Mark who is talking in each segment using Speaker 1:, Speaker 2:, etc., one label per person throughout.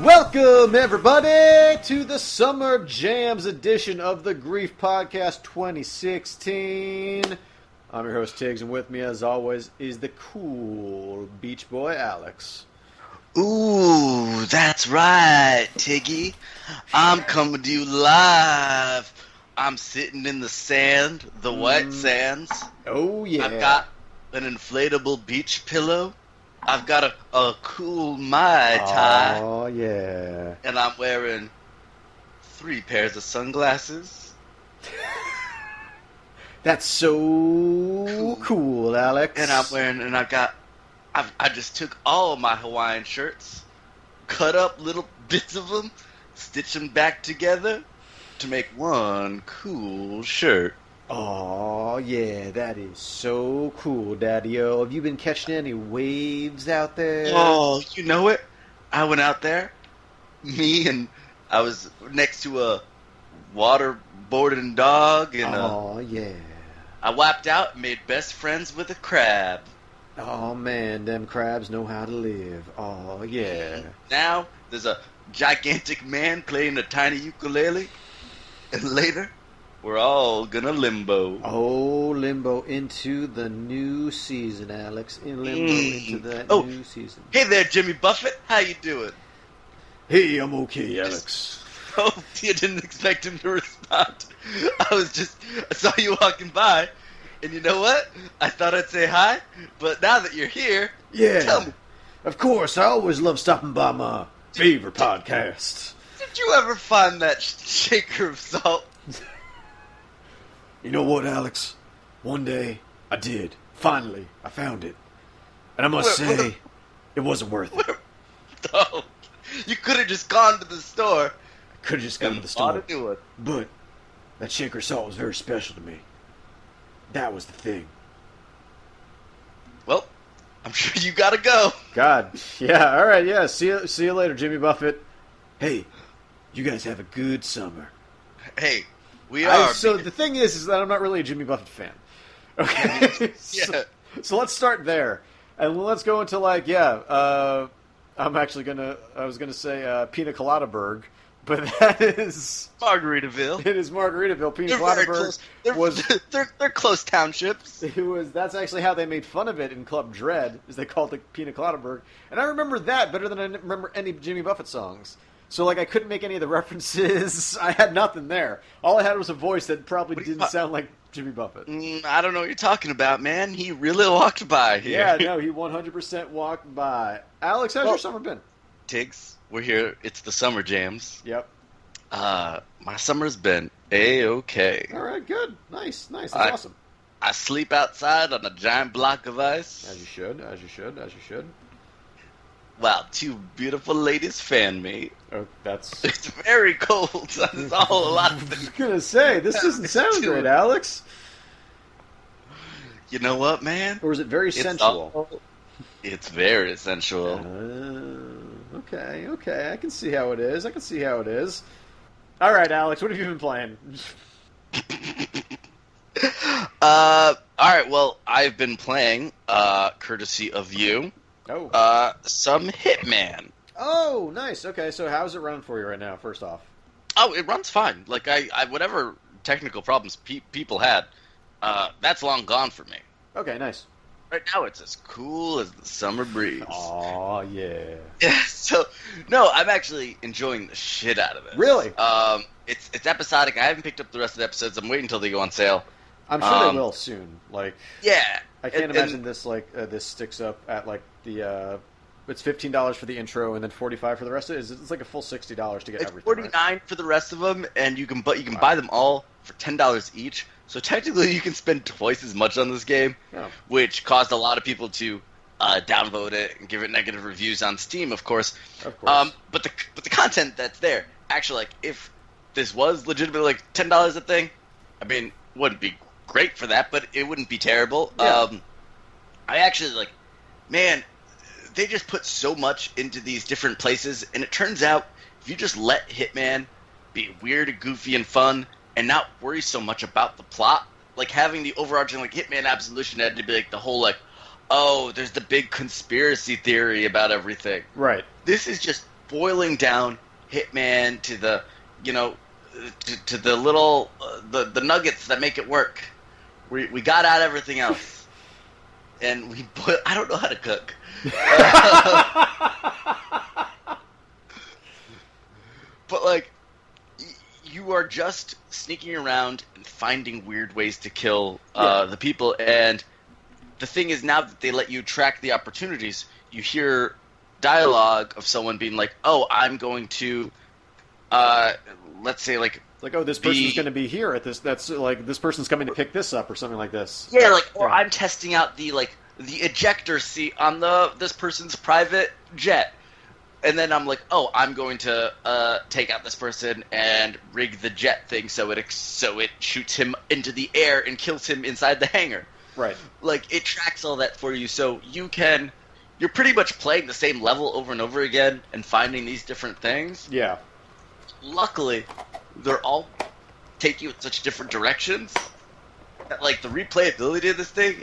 Speaker 1: Welcome, everybody, to the Summer Jams edition of the Grief Podcast 2016. I'm your host, Tiggs, and with me, as always, is the cool Beach Boy, Alex.
Speaker 2: Ooh, that's right, Tiggy. I'm coming to you live. I'm sitting in the sand, the white sands.
Speaker 1: Oh, yeah.
Speaker 2: I've got an inflatable beach pillow. I've got a, a cool Mai Tai.
Speaker 1: Oh, yeah.
Speaker 2: And I'm wearing three pairs of sunglasses.
Speaker 1: That's so cool, Alex.
Speaker 2: And I'm wearing, and I've got, I've, I just took all my Hawaiian shirts, cut up little bits of them, stitched them back together to make one cool shirt.
Speaker 1: Oh, yeah, that is so cool, Daddy O. Have you been catching any waves out there?
Speaker 2: Oh, you know it. I went out there. Me and I was next to a waterboarding dog, and uh,
Speaker 1: oh, yeah.
Speaker 2: I wiped out and made best friends with a crab.
Speaker 1: Oh man, them crabs know how to live. Oh yeah.
Speaker 2: Now there's a gigantic man playing a tiny ukulele, and later we're all gonna limbo.
Speaker 1: Oh, limbo into the new season, Alex. In limbo
Speaker 2: Mm.
Speaker 1: into that
Speaker 2: Oh.
Speaker 1: new season.
Speaker 2: Hey there, Jimmy Buffett. How you doing?
Speaker 1: Hey, I'm okay, Alex.
Speaker 2: Oh, you didn't expect him to respond. I was just, I saw you walking by, and you know what? I thought I'd say hi, but now that you're here,
Speaker 1: Yeah.
Speaker 2: tell me,
Speaker 1: Of course, I always love stopping by my favorite podcast.
Speaker 2: did you ever find that sh- shaker of salt?
Speaker 1: You know what, Alex? One day I did. Finally, I found it. And I must
Speaker 2: Where- where-
Speaker 1: say, it wasn't worth it.
Speaker 2: No. You could have just gone to the store
Speaker 1: Could have just gone
Speaker 2: and
Speaker 1: to the store.
Speaker 2: bought a new one.
Speaker 1: But that shaker salt was very special to me. That was the thing.
Speaker 2: Well, I'm sure you gotta go.
Speaker 1: God, yeah. All right, yeah. See you, see you later, Jimmy Buffett. Hey, you guys have a good summer.
Speaker 2: Hey, we
Speaker 1: I-
Speaker 2: are.
Speaker 1: so the thing is, is that I'm not really a Jimmy Buffett fan. Okay. so,
Speaker 2: Yeah.
Speaker 1: so let's start there, and let's go into like, yeah. Uh, I'm actually gonna. I was gonna say uh, Pina Colada Berg, but that is
Speaker 2: Margaritaville.
Speaker 1: it is Margaritaville. Pina
Speaker 2: They're
Speaker 1: Colada
Speaker 2: very
Speaker 1: Berg
Speaker 2: close. They're,
Speaker 1: was
Speaker 2: they're, they're close townships.
Speaker 1: It was that's actually how they made fun of it in Club Dread, is they called it Pina Colada Berg, and I remember that better than I n- remember any Jimmy Buffett songs. So like I couldn't make any of the references. I had nothing there. All I had was a voice that probably
Speaker 2: What do you
Speaker 1: didn't
Speaker 2: thought-
Speaker 1: sound like Jimmy Buffett.
Speaker 2: Mm, I don't know what you're talking about, man. He really walked by here.
Speaker 1: Yeah, no, he 100% walked by. Alex, how's
Speaker 2: Well-
Speaker 1: your summer been?
Speaker 2: Tiggs, we're here. It's the summer jams.
Speaker 1: Yep.
Speaker 2: Uh, my summer's been a okay.
Speaker 1: All right, good, nice, nice. That's
Speaker 2: I-
Speaker 1: awesome.
Speaker 2: I sleep outside on a giant block of
Speaker 1: As
Speaker 2: ice
Speaker 1: you should, as you should, as you should.
Speaker 2: while two beautiful ladies fan me.
Speaker 1: Oh, that's.
Speaker 2: It's very cold. That's a whole lot.
Speaker 1: I was
Speaker 2: Of,
Speaker 1: gonna say this doesn't sound great, Alex.
Speaker 2: you know what, man?
Speaker 1: Or is it very
Speaker 2: It's
Speaker 1: sensual?
Speaker 2: all- it's very sensual. Oh.
Speaker 1: Uh, okay, okay. I can see how it is. I can see how it is. All right, Alex, what have you been playing?
Speaker 2: Uh, all right. Well, I've been playing, uh, courtesy of you,
Speaker 1: Oh,
Speaker 2: uh, some Hitman.
Speaker 1: oh, nice. Okay, so how's it running for you right now? First off,
Speaker 2: Oh, it runs fine. Like I, I whatever technical problems pe- people had, uh, that's long gone for me.
Speaker 1: okay, nice.
Speaker 2: Right now, it's as cool as the summer breeze.
Speaker 1: Oh yeah.
Speaker 2: Yeah, so no, I'm actually enjoying the shit out of it.
Speaker 1: Really?
Speaker 2: Um, it's it's episodic. I haven't picked up the rest of the episodes. I'm waiting until they go on sale.
Speaker 1: I'm sure
Speaker 2: Um,
Speaker 1: they will soon. Like,
Speaker 2: Yeah,
Speaker 1: I can't
Speaker 2: and-
Speaker 1: imagine
Speaker 2: and-
Speaker 1: this like uh, this sticks up at like the. Uh, it's fifteen dollars for the intro and then forty five for the rest of it. It's, it's like a full sixty dollars to get
Speaker 2: It's
Speaker 1: everything.
Speaker 2: forty nine
Speaker 1: right?
Speaker 2: for the rest of them, and you can but you can buy them all for ten dollars each. So technically, you can spend twice as much on this game,
Speaker 1: Yeah.
Speaker 2: which caused a lot of people to uh, download it and give it negative reviews on Steam, of course.
Speaker 1: Of course.
Speaker 2: Um, but the but the content that's there, actually, like if this was legitimately like ten dollars a thing, I mean, wouldn't be great for that, but it wouldn't be terrible.
Speaker 1: Yeah.
Speaker 2: Um, I actually like, man, they just put so much into these different places, and it turns out if you just let Hitman be weird and goofy and fun, and not worry so much about the plot, like having the overarching like Hitman Absolution had to be like the whole like, oh, there's the big conspiracy theory about everything
Speaker 1: right.
Speaker 2: this is just boiling down Hitman to the you know to, to the little uh, the the nuggets that make it work. We we got out everything else, and we boil. I don't know how to cook. but like y- you are just sneaking around and finding weird ways to kill uh, the people and the thing is now that they let you track the opportunities you hear dialogue of someone being like oh i'm going to uh, let's say like
Speaker 1: like, oh, this person's
Speaker 2: The-
Speaker 1: going to be here at this. That's like this person's coming to pick this up or something like this.
Speaker 2: yeah like or
Speaker 1: Yeah.
Speaker 2: i'm testing out the like the ejector seat on the this person's private jet and then i'm like oh i'm going to uh, take out this person and rig the jet thing so it ex- so it shoots him into the air and kills him inside the hangar
Speaker 1: Right.
Speaker 2: like it tracks all that for you so you can you're pretty much playing the same level over and over again and finding these different things
Speaker 1: Yeah.
Speaker 2: luckily they're all take you in such different directions that like the replayability of this thing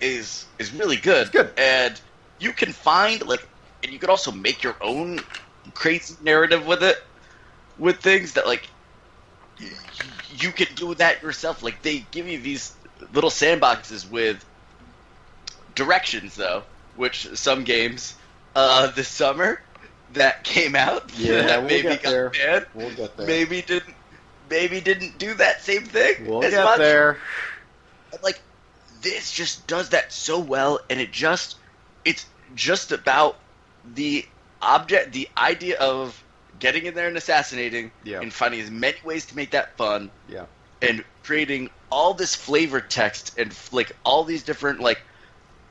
Speaker 2: is is really good.
Speaker 1: It's good.
Speaker 2: And you can find like and you can also make your own crazy narrative with it with things that like y- you can do that yourself. Like they give you these little sandboxes with directions though, which some games uh this summer that came out
Speaker 1: Yeah,
Speaker 2: that
Speaker 1: we'll
Speaker 2: maybe
Speaker 1: get
Speaker 2: got
Speaker 1: there.
Speaker 2: banned
Speaker 1: We'll get there.
Speaker 2: maybe didn't maybe didn't do that same thing
Speaker 1: We'll
Speaker 2: as
Speaker 1: get
Speaker 2: much.
Speaker 1: there.
Speaker 2: But, Like this just does that so well, and it just it's just about the object, the idea of getting in there and assassinating,
Speaker 1: Yeah.
Speaker 2: and finding as many ways to make that fun,
Speaker 1: Yeah.
Speaker 2: and creating all this flavor text and like all these different like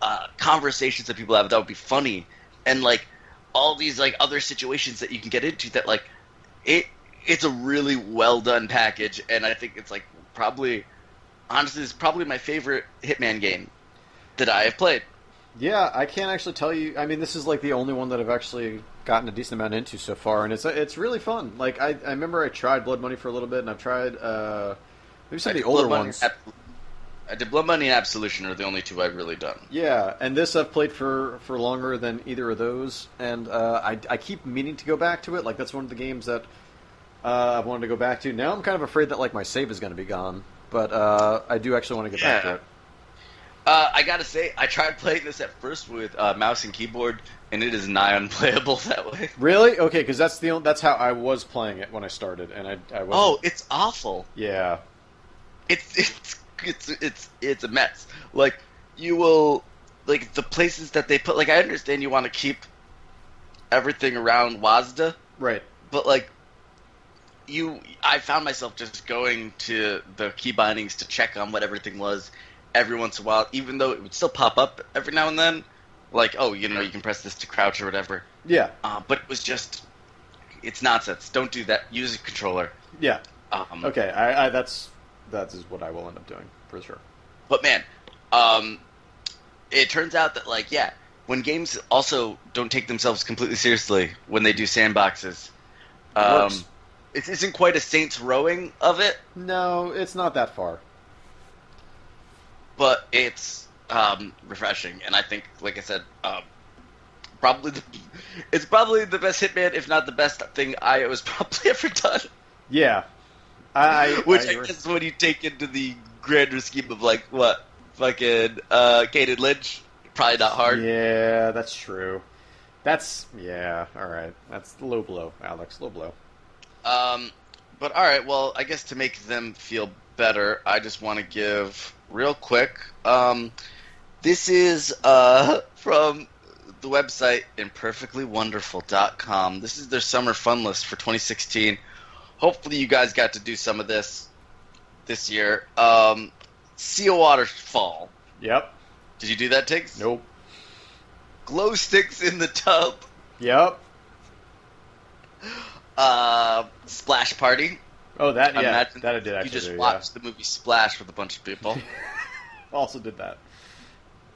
Speaker 2: uh, conversations that people have that would be funny, and like all these like other situations that you can get into that like it it's a really well done package, and I think it's like probably honestly it's probably my favorite Hitman game that I have played.
Speaker 1: Yeah, I can't actually tell you. I mean, this is like the only one that I've actually gotten a decent amount into so far, and it's it's really fun. Like I, I remember I tried Blood Money for a little bit, and I've tried uh, maybe some of the
Speaker 2: Blood
Speaker 1: older
Speaker 2: Money
Speaker 1: ones.
Speaker 2: and Ab- I did Blood Money and Absolution are the only two I've really done.
Speaker 1: Yeah, and this I've played for for longer than either of those, and uh, I I keep meaning to go back to it. Like that's one of the games that uh, I've wanted to go back to. Now I'm kind of afraid that like my save is going to be gone, but uh, I do actually want to get back to
Speaker 2: Yeah.
Speaker 1: it.
Speaker 2: Uh, I gotta say, I tried playing this at first with uh, mouse and keyboard, and it is nigh unplayable that way.
Speaker 1: Really? Okay, because that's the only, that's how I was playing it when I started, and I I was
Speaker 2: Oh, it's awful.
Speaker 1: yeah
Speaker 2: It's it's it's it's it's a mess. Like you will like the places that they put. Like I understand you want to keep everything around Wazda,
Speaker 1: right
Speaker 2: but like you i found myself just going to the key bindings to check on what everything was every once in a while even though it would still pop up every now and then like oh you know you can press this to crouch or whatever
Speaker 1: yeah
Speaker 2: uh, but it was just it's nonsense don't do that use a controller
Speaker 1: yeah
Speaker 2: um,
Speaker 1: okay I, I that's that is what I will end up doing for sure.
Speaker 2: But man, um, it turns out that like yeah, when games also don't take themselves completely seriously when they do sandboxes, um,
Speaker 1: Works.
Speaker 2: it isn't quite a Saints rowing of it,
Speaker 1: No, it's not that far.
Speaker 2: but it's um, refreshing, and I think like I said, um, probably the, it's probably the best Hitman, if not the best thing I was probably ever done.
Speaker 1: Yeah, I I-
Speaker 2: Which
Speaker 1: I
Speaker 2: I, guess when you take into the grander scheme of like what fucking uh, Caden Lynch, probably not hard.
Speaker 1: Yeah, that's true. That's yeah. All right, that's low blow, Alex. Low blow.
Speaker 2: Um, but all right, well, I guess to make them feel better, I just want to give real quick. Um, this is uh, from the website imperfectlywonderful.com. This is their summer fun list for 2016. Hopefully, you guys got to do some of this this year. Um, sea of waterfall.
Speaker 1: Yep.
Speaker 2: Did you do that, Tiggs?
Speaker 1: Nope.
Speaker 2: Glow sticks in the tub.
Speaker 1: Yep.
Speaker 2: Uh, splash party.
Speaker 1: Oh, that yeah.
Speaker 2: Imagine
Speaker 1: that I did actually.
Speaker 2: You just
Speaker 1: do,
Speaker 2: watched the movie Splash with a bunch of people.
Speaker 1: Yeah. Also did that.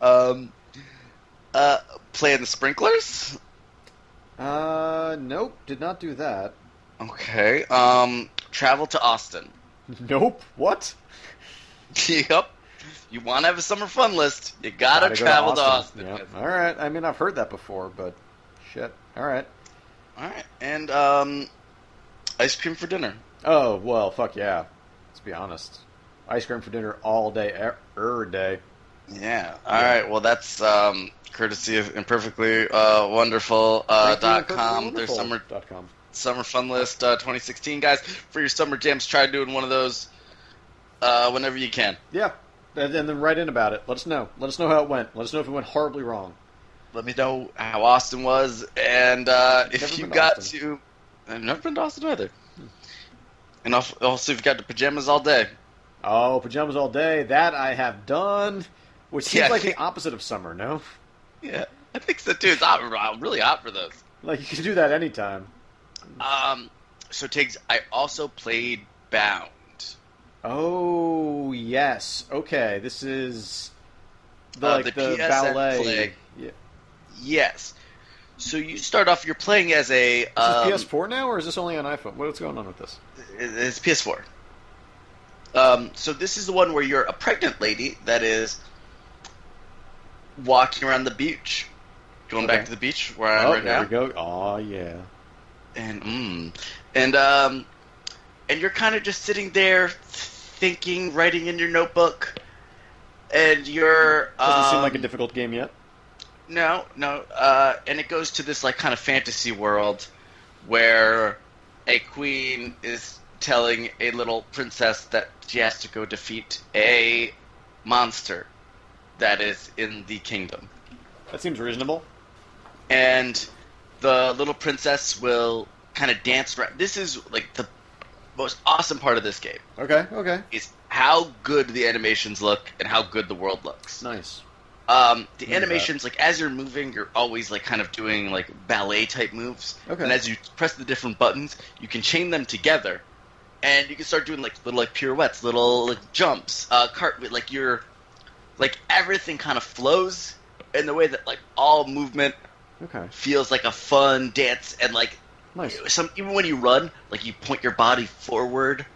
Speaker 2: Um, uh, playing the sprinklers.
Speaker 1: Uh, nope. Did not do that.
Speaker 2: Okay. Um, travel to Austin.
Speaker 1: Nope. What?
Speaker 2: yep. You want to have a summer fun list? You
Speaker 1: Gotta
Speaker 2: gotta,
Speaker 1: go
Speaker 2: travel to Austin.
Speaker 1: Yep. All right. I mean, I've heard that before, but shit. All right.
Speaker 2: All right, and um, ice cream for dinner.
Speaker 1: Oh well, fuck yeah. Let's be honest. Ice cream for dinner all day, er, er day.
Speaker 2: Yeah. All right. Well, that's um, courtesy of imperfectly uh, wonderful uh, dot com. Their summer
Speaker 1: dot com.
Speaker 2: summer fun list uh, 2016, guys. For your summer jams, try doing one of those uh, whenever you can.
Speaker 1: Yeah, and, and then write in about it. Let us know. Let us know how it went. Let us know if it went horribly wrong.
Speaker 2: Let me know how Austin was, and uh,
Speaker 1: Never
Speaker 2: if you
Speaker 1: been to
Speaker 2: got
Speaker 1: Austin.
Speaker 2: to. I've never been to Austin either. And al- also, if you got to pajamas all day.
Speaker 1: Oh, pajamas all day. That I have done, which seems
Speaker 2: Yeah, I
Speaker 1: like the
Speaker 2: think-
Speaker 1: opposite of summer. No,
Speaker 2: Yeah, I think so too. It's hot, I'm really hot for those.
Speaker 1: like you can do that anytime.
Speaker 2: Um, so Tiggs, I also played Bound.
Speaker 1: Oh yes. Okay, this is the,
Speaker 2: Uh,
Speaker 1: like
Speaker 2: the
Speaker 1: the,
Speaker 2: PSN
Speaker 1: ballet.
Speaker 2: play.
Speaker 1: Yeah.
Speaker 2: Yes. So you start off. You're playing as a.
Speaker 1: Is
Speaker 2: Um,
Speaker 1: this PS4 now, or is this only on iPhone? What's going on with this?
Speaker 2: It's PS4. Um, so this is the one where you're a pregnant lady that is walking around the beach, going
Speaker 1: Okay.
Speaker 2: back to the beach where I am
Speaker 1: oh,
Speaker 2: Uh, right
Speaker 1: there
Speaker 2: now,
Speaker 1: we go. Oh yeah.
Speaker 2: and mm, and um, and you're kind of just sitting there thinking, writing in your notebook, and you're
Speaker 1: Doesn't seem
Speaker 2: um,
Speaker 1: like a difficult game yet.
Speaker 2: No, no. Uh, and it goes to this like kind of fantasy world where a queen is telling a little princess that she has to go defeat a monster that is in the kingdom.
Speaker 1: That seems reasonable.
Speaker 2: And the little princess will kind of dance around. This is like the most awesome part of this game
Speaker 1: Okay. Okay.
Speaker 2: is how good the animations look and how good the world looks.
Speaker 1: Nice.
Speaker 2: Um, the
Speaker 1: Look at
Speaker 2: animations, like as you're moving, you're always like kind of doing like ballet type moves.
Speaker 1: Okay.
Speaker 2: And as you press the different buttons, you can chain them together, and you can start doing like little like pirouettes, little like jumps, uh, cart like your, like everything kind of flows in the way that like all movement
Speaker 1: Okay.
Speaker 2: feels like a fun dance, and like
Speaker 1: Nice.
Speaker 2: some even when you run, like you point your body forward,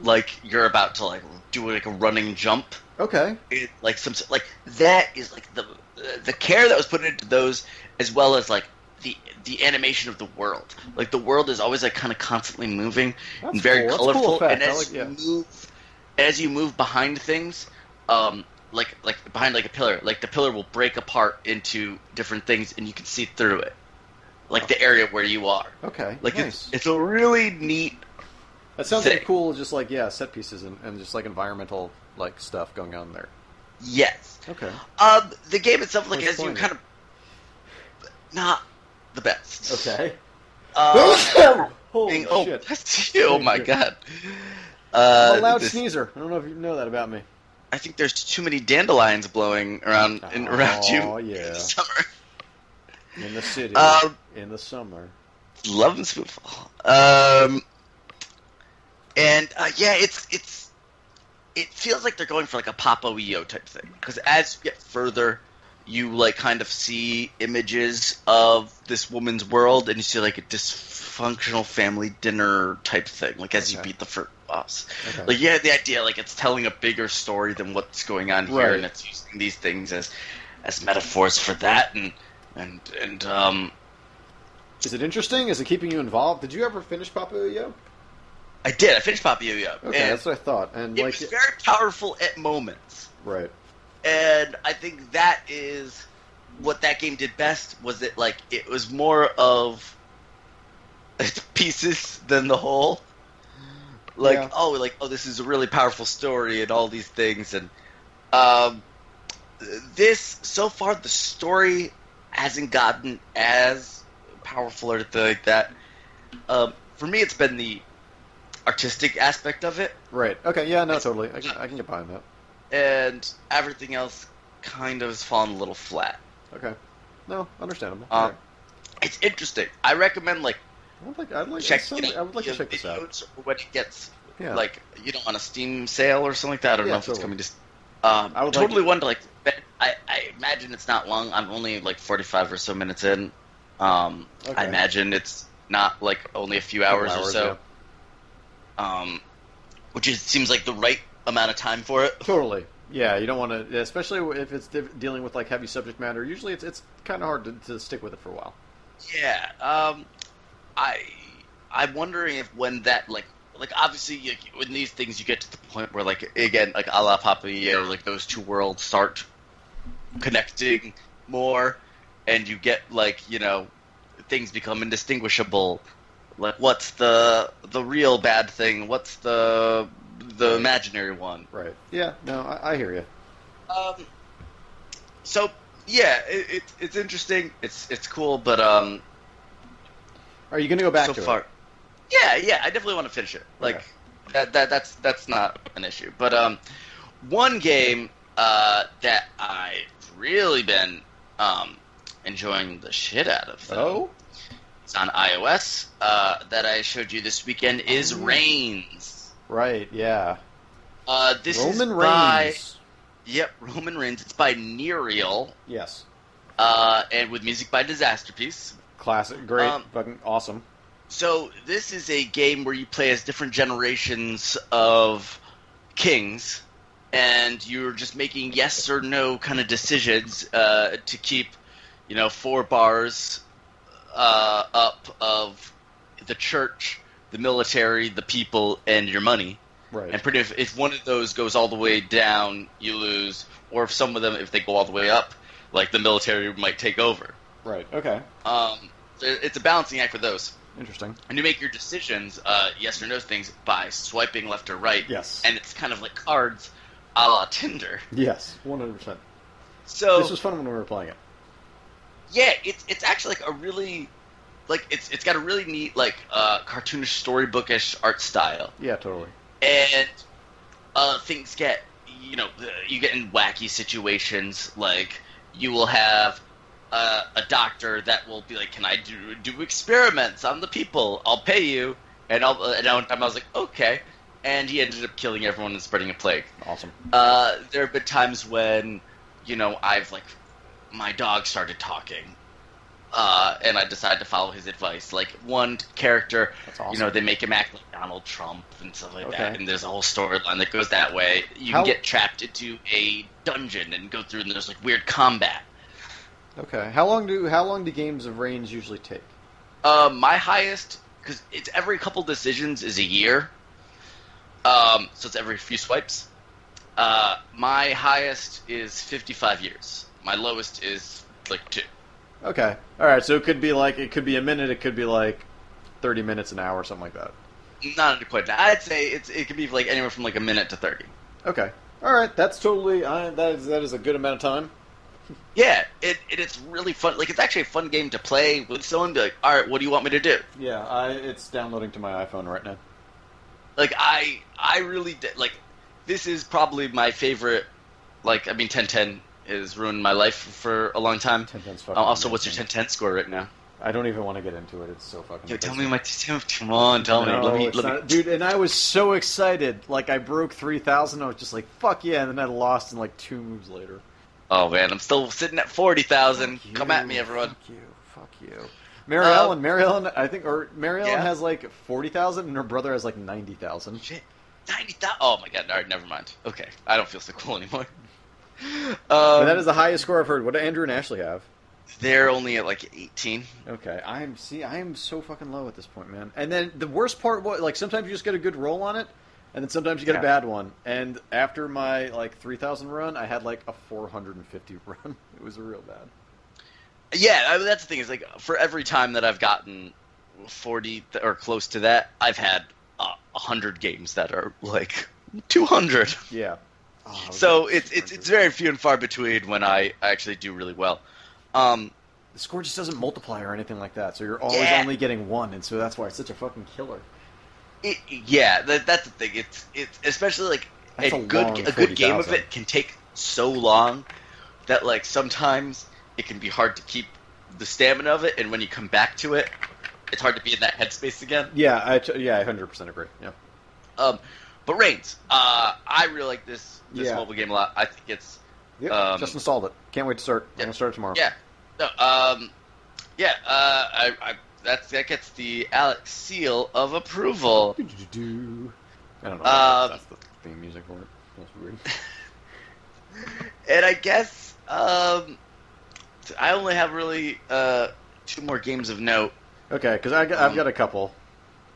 Speaker 2: like you're about to like do like a running jump
Speaker 1: Okay.
Speaker 2: it, like some like that is like the the care that was put into those as well as like the the animation of the world like the world is always like kind of constantly moving
Speaker 1: That's
Speaker 2: and very
Speaker 1: cool. That's a cool
Speaker 2: colorful
Speaker 1: effect.
Speaker 2: and
Speaker 1: I
Speaker 2: as
Speaker 1: like- yeah.
Speaker 2: you move as you move behind things um like like behind like a pillar like the pillar will break apart into different things and you can see through it like the area where you are
Speaker 1: Okay.
Speaker 2: like
Speaker 1: nice.
Speaker 2: it's, it's a really neat
Speaker 1: that sounds like
Speaker 2: thick.
Speaker 1: cool. Just like yeah, set pieces and, and just like environmental like stuff going on there.
Speaker 2: yes
Speaker 1: Okay.
Speaker 2: um the game itself like
Speaker 1: What's
Speaker 2: as you
Speaker 1: playing it?
Speaker 2: kind of not the best
Speaker 1: Okay.
Speaker 2: Uh,
Speaker 1: Holy
Speaker 2: oh,
Speaker 1: shit!
Speaker 2: bless you. Oh my
Speaker 1: Thank you.
Speaker 2: god.
Speaker 1: I'm
Speaker 2: Uh,
Speaker 1: a loud
Speaker 2: this-
Speaker 1: sneezer. I don't know if you know that about me.
Speaker 2: I think there's too many dandelions blowing around and around you.
Speaker 1: Aw,
Speaker 2: in the
Speaker 1: yeah.
Speaker 2: summer.
Speaker 1: In the city,
Speaker 2: Um,
Speaker 1: in the summer.
Speaker 2: Love and spoonful. Um, and uh, yeah, it's it's it feels like they're going for like a Pop EO type thing because as you get further, you like kind of see images of this woman's world, and you see like a dysfunctional family dinner type thing. Like as you
Speaker 1: Okay.
Speaker 2: beat the first boss,
Speaker 1: Okay.
Speaker 2: like you have the idea like it's telling a bigger story than what's going on here,
Speaker 1: Right.
Speaker 2: and it's using these things as as metaphors for that, and and and um.
Speaker 1: Is it interesting? Is it keeping you involved? Did you ever finish Papa Yo?
Speaker 2: I did. I finished Pop Yo Yo.
Speaker 1: Okay,
Speaker 2: and-
Speaker 1: that's what I thought. And
Speaker 2: it
Speaker 1: like,
Speaker 2: was very powerful at moments
Speaker 1: right?
Speaker 2: and i think that is what that game did best was it like it was more of its pieces than the whole like
Speaker 1: Yeah.
Speaker 2: oh like oh this is a really powerful story and all these things and um this so far the story hasn't gotten as powerful or anything like that um, for me it's been the artistic aspect of it
Speaker 1: Right. Okay. Yeah. No. Totally. I can, I can get behind that.
Speaker 2: and everything else kind of has fallen a little flat.
Speaker 1: Okay. No. Understandable.
Speaker 2: Um,
Speaker 1: Alright.
Speaker 2: It's interesting. I recommend like
Speaker 1: I'd like. I'd like.
Speaker 2: checking
Speaker 1: some-
Speaker 2: out
Speaker 1: I would like to
Speaker 2: the
Speaker 1: check this out.
Speaker 2: videos or when it gets
Speaker 1: Yeah.
Speaker 2: like you know on a Steam sale or something like that. I don't
Speaker 1: Yeah,
Speaker 2: know if it's
Speaker 1: totally.
Speaker 2: coming to. s- Um,
Speaker 1: I
Speaker 2: I
Speaker 1: would like
Speaker 2: totally want to like. bet- I, I imagine it's not long. I'm only like 45 or so minutes in. Um,
Speaker 1: Okay.
Speaker 2: I imagine it's not like only a few hours,
Speaker 1: Couple
Speaker 2: or so, um, which is, seems like the right amount of time for it.
Speaker 1: yeah. Totally. Yeah. You don't want to, especially if it's div- dealing with like heavy subject matter. Usually, it's it's kind of hard to, to stick with it for a while.
Speaker 2: Yeah. Um, I I'm wondering if when that like like obviously you, when these things you get to the point where like again like a la Papillon like those two worlds start connecting more and you get like you know things become indistinguishable like what's the the real bad thing what's the the imaginary one
Speaker 1: Right. Yeah. No, I, I hear you.
Speaker 2: um, so yeah it, it, it's interesting it's it's cool but um
Speaker 1: Are you going to go back
Speaker 2: so
Speaker 1: to
Speaker 2: far
Speaker 1: it?
Speaker 2: yeah yeah i definitely want to finish it like
Speaker 1: Okay.
Speaker 2: that, that that's that's not an issue but um one game uh that i've really been um enjoying the shit out of though
Speaker 1: Oh,
Speaker 2: it's on ios uh that i showed you this weekend is
Speaker 1: Oh.
Speaker 2: reigns
Speaker 1: right. Yeah.
Speaker 2: uh this is
Speaker 1: Roman
Speaker 2: by
Speaker 1: Reigns.
Speaker 2: yep roman reigns it's by nereal
Speaker 1: Yes.
Speaker 2: uh and with music by disasterpiece
Speaker 1: Classic. Great.
Speaker 2: Um,
Speaker 1: fucking awesome.
Speaker 2: So this is a game where you play as different generations of kings, and you're just making yes or no kind of decisions uh, to keep, you know, four bars uh, up of the church, the military, the people, and your money.
Speaker 1: Right.
Speaker 2: And pretty if, if one of those goes all the way down, you lose. Or if some of them, if they go all the way up, like the military might take over.
Speaker 1: right. Okay.
Speaker 2: Um, so it's a balancing act for those.
Speaker 1: Interesting.
Speaker 2: And you make your decisions, uh, yes or no things, by swiping left or right.
Speaker 1: Yes.
Speaker 2: And it's kind of like cards a la Tinder.
Speaker 1: yes. One hundred percent.
Speaker 2: So,
Speaker 1: This was fun when we were playing it.
Speaker 2: yeah, it's, it's actually like a really, like, it's, it's got a really neat, like, uh, cartoonish, storybookish art style.
Speaker 1: Yeah. Totally.
Speaker 2: and uh, things get you know you get in wacky situations like you will have uh, a doctor that will be like can i do do experiments on the people i'll pay you and i'll and at one time i was like okay and he ended up killing everyone and spreading a plague
Speaker 1: Awesome.
Speaker 2: uh, there have been times when you know i've like my dog started talking uh, and i decided to follow his advice like one character
Speaker 1: That's awesome.
Speaker 2: you know, they make him act like Donald Trump and stuff like
Speaker 1: Okay.
Speaker 2: that. And there's a whole storyline that goes that way. You
Speaker 1: How-
Speaker 2: can get trapped into a dungeon and go through, and there's like weird combat.
Speaker 1: okay. How long do how long do games of Reigns usually take?
Speaker 2: Uh, my highest, because it's every couple decisions is a year. Um, so it's every few swipes. Uh, my highest is 55 years. My lowest is like two.
Speaker 1: Okay. All right. So it could be like it could be a minute. It could be like thirty minutes, an hour, something like that.
Speaker 2: Not quite that. I'd say it's it could be like anywhere from like a minute to 30.
Speaker 1: Okay. All right. That's totally. I, that is that is a good amount of time.
Speaker 2: Yeah, it, it it's really fun. Like it's actually a fun game to play with someone. Be like, all right, what do you want me to do?
Speaker 1: Yeah. I it's downloading to my iPhone right now.
Speaker 2: Like I I really did, like this is probably my favorite. Like I mean, ten ten has ruined my life for a long time.
Speaker 1: Ten ten's
Speaker 2: Uh,
Speaker 1: fucking.
Speaker 2: also, what's your
Speaker 1: amazing.
Speaker 2: ten ten score right now?
Speaker 1: I don't even want to get into it. It's so fucking.
Speaker 2: Yo, tell
Speaker 1: amazing.
Speaker 2: me my tell, come on, tell me.
Speaker 1: No,
Speaker 2: Let me
Speaker 1: it's
Speaker 2: let me.
Speaker 1: not- dude. And I was so excited. Like I broke three thousand. I was just like, "Fuck yeah!" And then I lost in like two moves later.
Speaker 2: Oh man, I'm still sitting at forty thousand.
Speaker 1: Fuck
Speaker 2: Come
Speaker 1: you,
Speaker 2: at me, everyone.
Speaker 1: Fuck you. Fuck you. Mary
Speaker 2: Uh,
Speaker 1: Ellen. Mary Ellen. I think, or Mary Ellen
Speaker 2: Yeah.
Speaker 1: has like forty thousand, and her brother has like ninety thousand.
Speaker 2: Shit, ninety thousand. Oh my god, all right, never mind. Okay, I don't feel so cool anymore. Um,
Speaker 1: that is the highest score I've heard. What do Andrew and Ashley have?
Speaker 2: they're only at like eighteen.
Speaker 1: Okay, I am see, I am so fucking low at this point, man. And then the worst part was like sometimes you just get a good roll on it, and then sometimes you get a
Speaker 2: Yeah.
Speaker 1: bad one. And after my like three thousand run, I had like a four hundred and fifty run. It was real bad.
Speaker 2: Yeah, I mean, that's the thing. Is like for every time that I've gotten forty th- or close to that, I've had uh, hundred games that are like two hundred.
Speaker 1: Yeah. Oh, I was
Speaker 2: So
Speaker 1: like,
Speaker 2: it's it's it's very few and far between when I actually do really well. Um,
Speaker 1: the score just doesn't multiply or anything like that. So you're always
Speaker 2: Yeah.
Speaker 1: only getting one, and so that's why it's such a fucking killer.
Speaker 2: it, yeah, that, that's the thing. It's it's especially like
Speaker 1: That's
Speaker 2: a
Speaker 1: a
Speaker 2: good
Speaker 1: long
Speaker 2: a good game of
Speaker 1: 40,000.
Speaker 2: it can take so long that like sometimes it can be hard to keep the stamina of it, and when you come back to it, it's hard to be in that headspace again.
Speaker 1: Yeah, I t- yeah, I hundred percent agree. Yeah.
Speaker 2: Um, but Reigns, uh, I really like this this
Speaker 1: Yeah.
Speaker 2: mobile game a lot. I think it's
Speaker 1: Yep.
Speaker 2: Um,
Speaker 1: just installed it. Can't wait to start.
Speaker 2: yeah.
Speaker 1: I'm gonna start it tomorrow.
Speaker 2: yeah, no, um, yeah. Uh, I, I that's that gets the Alex seal of approval.
Speaker 1: I don't know.
Speaker 2: Um,
Speaker 1: that's the theme music for it. That's weird.
Speaker 2: And I guess um, I only have really uh, two more games of note.
Speaker 1: Okay, because I've
Speaker 2: Um,
Speaker 1: got a couple.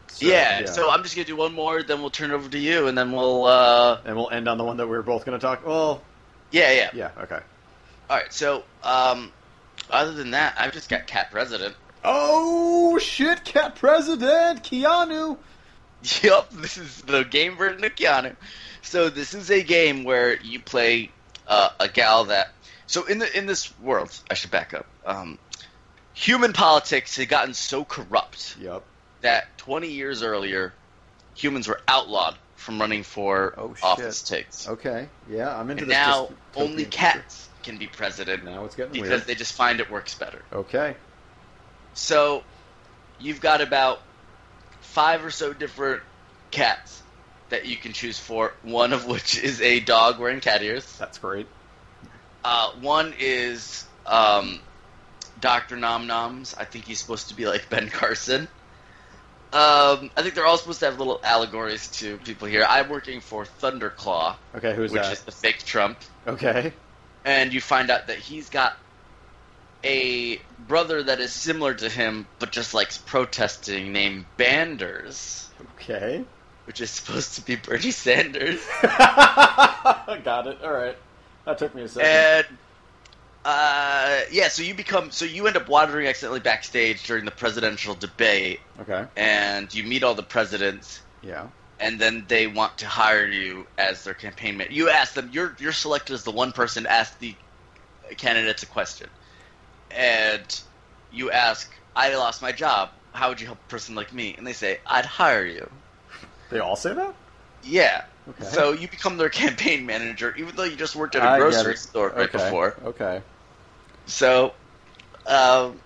Speaker 1: So,
Speaker 2: yeah, So I'm just gonna do one more, then we'll turn it over to you, and then we'll. Uh,
Speaker 1: and we'll end on the one that we were both going to talk. Well,
Speaker 2: yeah, yeah,
Speaker 1: yeah, okay.
Speaker 2: All right. So, um, other than that, I've just got Cat President.
Speaker 1: Oh shit! Cat President Keanu.
Speaker 2: Yup, this is the game version of Keanu. So this is a game where you play uh, a gal that. So in the in this world, I should back up. Um, human politics had gotten so corrupt
Speaker 1: Yep.
Speaker 2: that 20 years earlier, humans were outlawed from running for
Speaker 1: Oh, shit.
Speaker 2: office takes.
Speaker 1: Okay. Yeah, I'm into
Speaker 2: And
Speaker 1: this.
Speaker 2: now
Speaker 1: dystopian
Speaker 2: only
Speaker 1: future.
Speaker 2: cats can be president
Speaker 1: Now it's getting
Speaker 2: because
Speaker 1: weird.
Speaker 2: they just find it works better.
Speaker 1: Okay.
Speaker 2: So you've got about five or so different cats that you can choose for. One of which is a dog wearing cat ears.
Speaker 1: That's great.
Speaker 2: Uh, one is um, Doctor Nom Noms. I think he's supposed to be like Ben Carson. Um, I think they're all supposed to have little allegories to people here. I'm working for Thunderclaw,
Speaker 1: Okay, who's
Speaker 2: which
Speaker 1: that?
Speaker 2: is the fake Trump,
Speaker 1: Okay.
Speaker 2: and you find out that he's got a brother that is similar to him, but just likes protesting, named Banders,
Speaker 1: Okay.
Speaker 2: which is supposed to be Bernie Sanders.
Speaker 1: got it. All right. That took me a second.
Speaker 2: And uh, yeah, so you become so you end up wandering accidentally backstage during the presidential debate,
Speaker 1: okay.
Speaker 2: and you meet all the presidents,
Speaker 1: Yeah.
Speaker 2: and then they want to hire you as their campaign man. You ask them. You're you're selected as the one person to ask the candidates a question, and you ask, "I lost my job. How would you help a person like me?" And they say, "I'd hire you."
Speaker 1: They all say that.
Speaker 2: Yeah.
Speaker 1: Okay.
Speaker 2: So you become their campaign manager, even though you just worked at
Speaker 1: I
Speaker 2: a
Speaker 1: get
Speaker 2: grocery
Speaker 1: it.
Speaker 2: store right
Speaker 1: okay.
Speaker 2: before.
Speaker 1: Okay.
Speaker 2: So, um,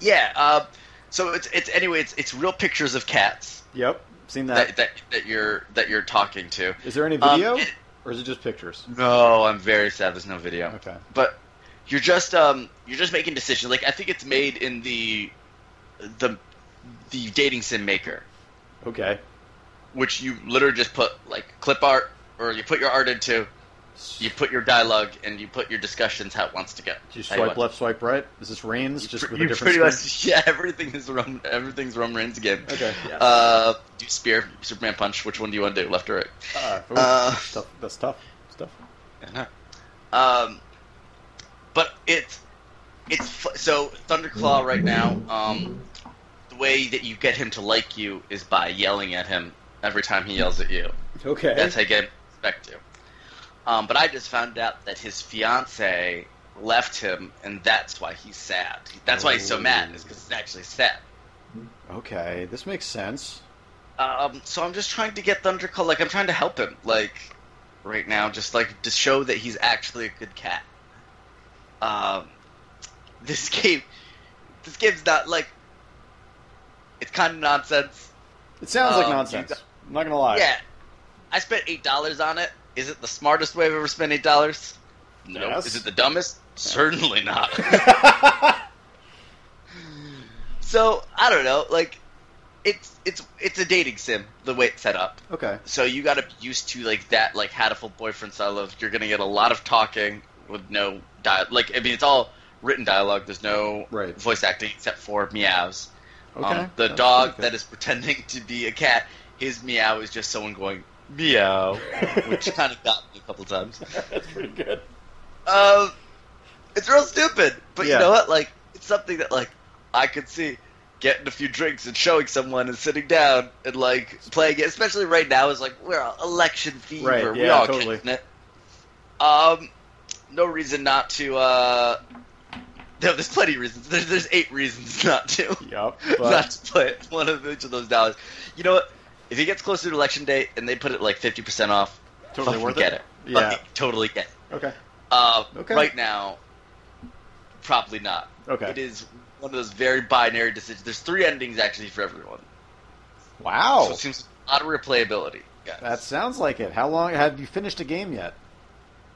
Speaker 2: yeah. Uh, so it's it's anyway. It's it's real pictures of cats
Speaker 1: Yep. Seen that.
Speaker 2: that, that that you're that you're talking to.
Speaker 1: Is there any
Speaker 2: Um,
Speaker 1: video,
Speaker 2: it-
Speaker 1: or is it just pictures?
Speaker 2: No, I'm very sad. There's no video.
Speaker 1: Okay.
Speaker 2: But you're just um you're just making decisions. Like I think it's made in the the the dating sim maker,
Speaker 1: Okay.
Speaker 2: which you literally just put like clip art or you put your art into, you put your dialogue and you put your discussions how it wants to go.
Speaker 1: Do you
Speaker 2: How you
Speaker 1: swipe
Speaker 2: want.
Speaker 1: left, swipe right? Is this Reigns just
Speaker 2: Pr-
Speaker 1: with
Speaker 2: you
Speaker 1: a different
Speaker 2: pretty
Speaker 1: screen?
Speaker 2: much yeah everything is Rom everything's Roman Reigns again.
Speaker 1: Okay. Yeah.
Speaker 2: Uh, do spear, Superman punch. Which one do you want to do, left or right?
Speaker 1: Uh, ooh,
Speaker 2: uh,
Speaker 1: that's tough. That's tough. Stuff.
Speaker 2: Um, but it's it's fu- so Thunderclaw right now. Um, the way that you get him to like you is by yelling at him every time he yells at you.
Speaker 1: Okay.
Speaker 2: That's how you get him to respect you. Um, but I just found out that his fiance left him, and that's why he's sad. That's why he's so mad. Is because it's actually sad.
Speaker 1: okay. This makes sense.
Speaker 2: Um, so I'm just trying to get Thunderclaw. Like I'm trying to help him. Like right now, just like to show that he's actually a good cat. Um, this game, this game's not like it's kind of nonsense.
Speaker 1: It sounds like
Speaker 2: Um,
Speaker 1: nonsense.
Speaker 2: you-
Speaker 1: I'm not gonna lie.
Speaker 2: Yeah, I spent eight dollars on it. Is it the smartest way I've ever spent eight dollars? No.
Speaker 1: Yes.
Speaker 2: Is it the dumbest? Certainly not. so I don't know. Like it's it's it's a dating sim the way it's set up.
Speaker 1: okay.
Speaker 2: so you got to be used to like that like hatful boyfriend style of you're gonna get a lot of talking with no dialogue like i mean it's all written dialogue there's no
Speaker 1: Right.
Speaker 2: voice acting except for meows
Speaker 1: Okay.
Speaker 2: um, the
Speaker 1: That's
Speaker 2: dog
Speaker 1: pretty
Speaker 2: that is pretending to be a cat his meow is just someone going meow
Speaker 1: good.
Speaker 2: which kind of got me a couple times
Speaker 1: that's pretty good.
Speaker 2: um, it's real stupid but
Speaker 1: Yeah.
Speaker 2: you know what like it's something that like i could see getting a few drinks and showing someone and sitting down and like playing it, especially right now is like we're all election fever.
Speaker 1: Right,
Speaker 2: we
Speaker 1: yeah,
Speaker 2: all
Speaker 1: totally.
Speaker 2: getting it. Um, no reason not to. uh No, there's plenty of reasons. There's, there's eight reasons not to
Speaker 1: Yep.
Speaker 2: not
Speaker 1: But,
Speaker 2: to play it. One of each of those dollars. You know what? If it gets closer to election day and they put it like fifty percent off,
Speaker 1: Totally
Speaker 2: fucking
Speaker 1: worth it?
Speaker 2: get it.
Speaker 1: Yeah.
Speaker 2: Fucking totally get. It.
Speaker 1: okay.
Speaker 2: Uh,
Speaker 1: Okay.
Speaker 2: Right now, probably not.
Speaker 1: Okay.
Speaker 2: It is one of those very binary decisions. There's three endings actually for everyone. So
Speaker 1: Wow.
Speaker 2: it seems a lot of replayability. guys.
Speaker 1: That sounds like it. How long have you finished a game yet?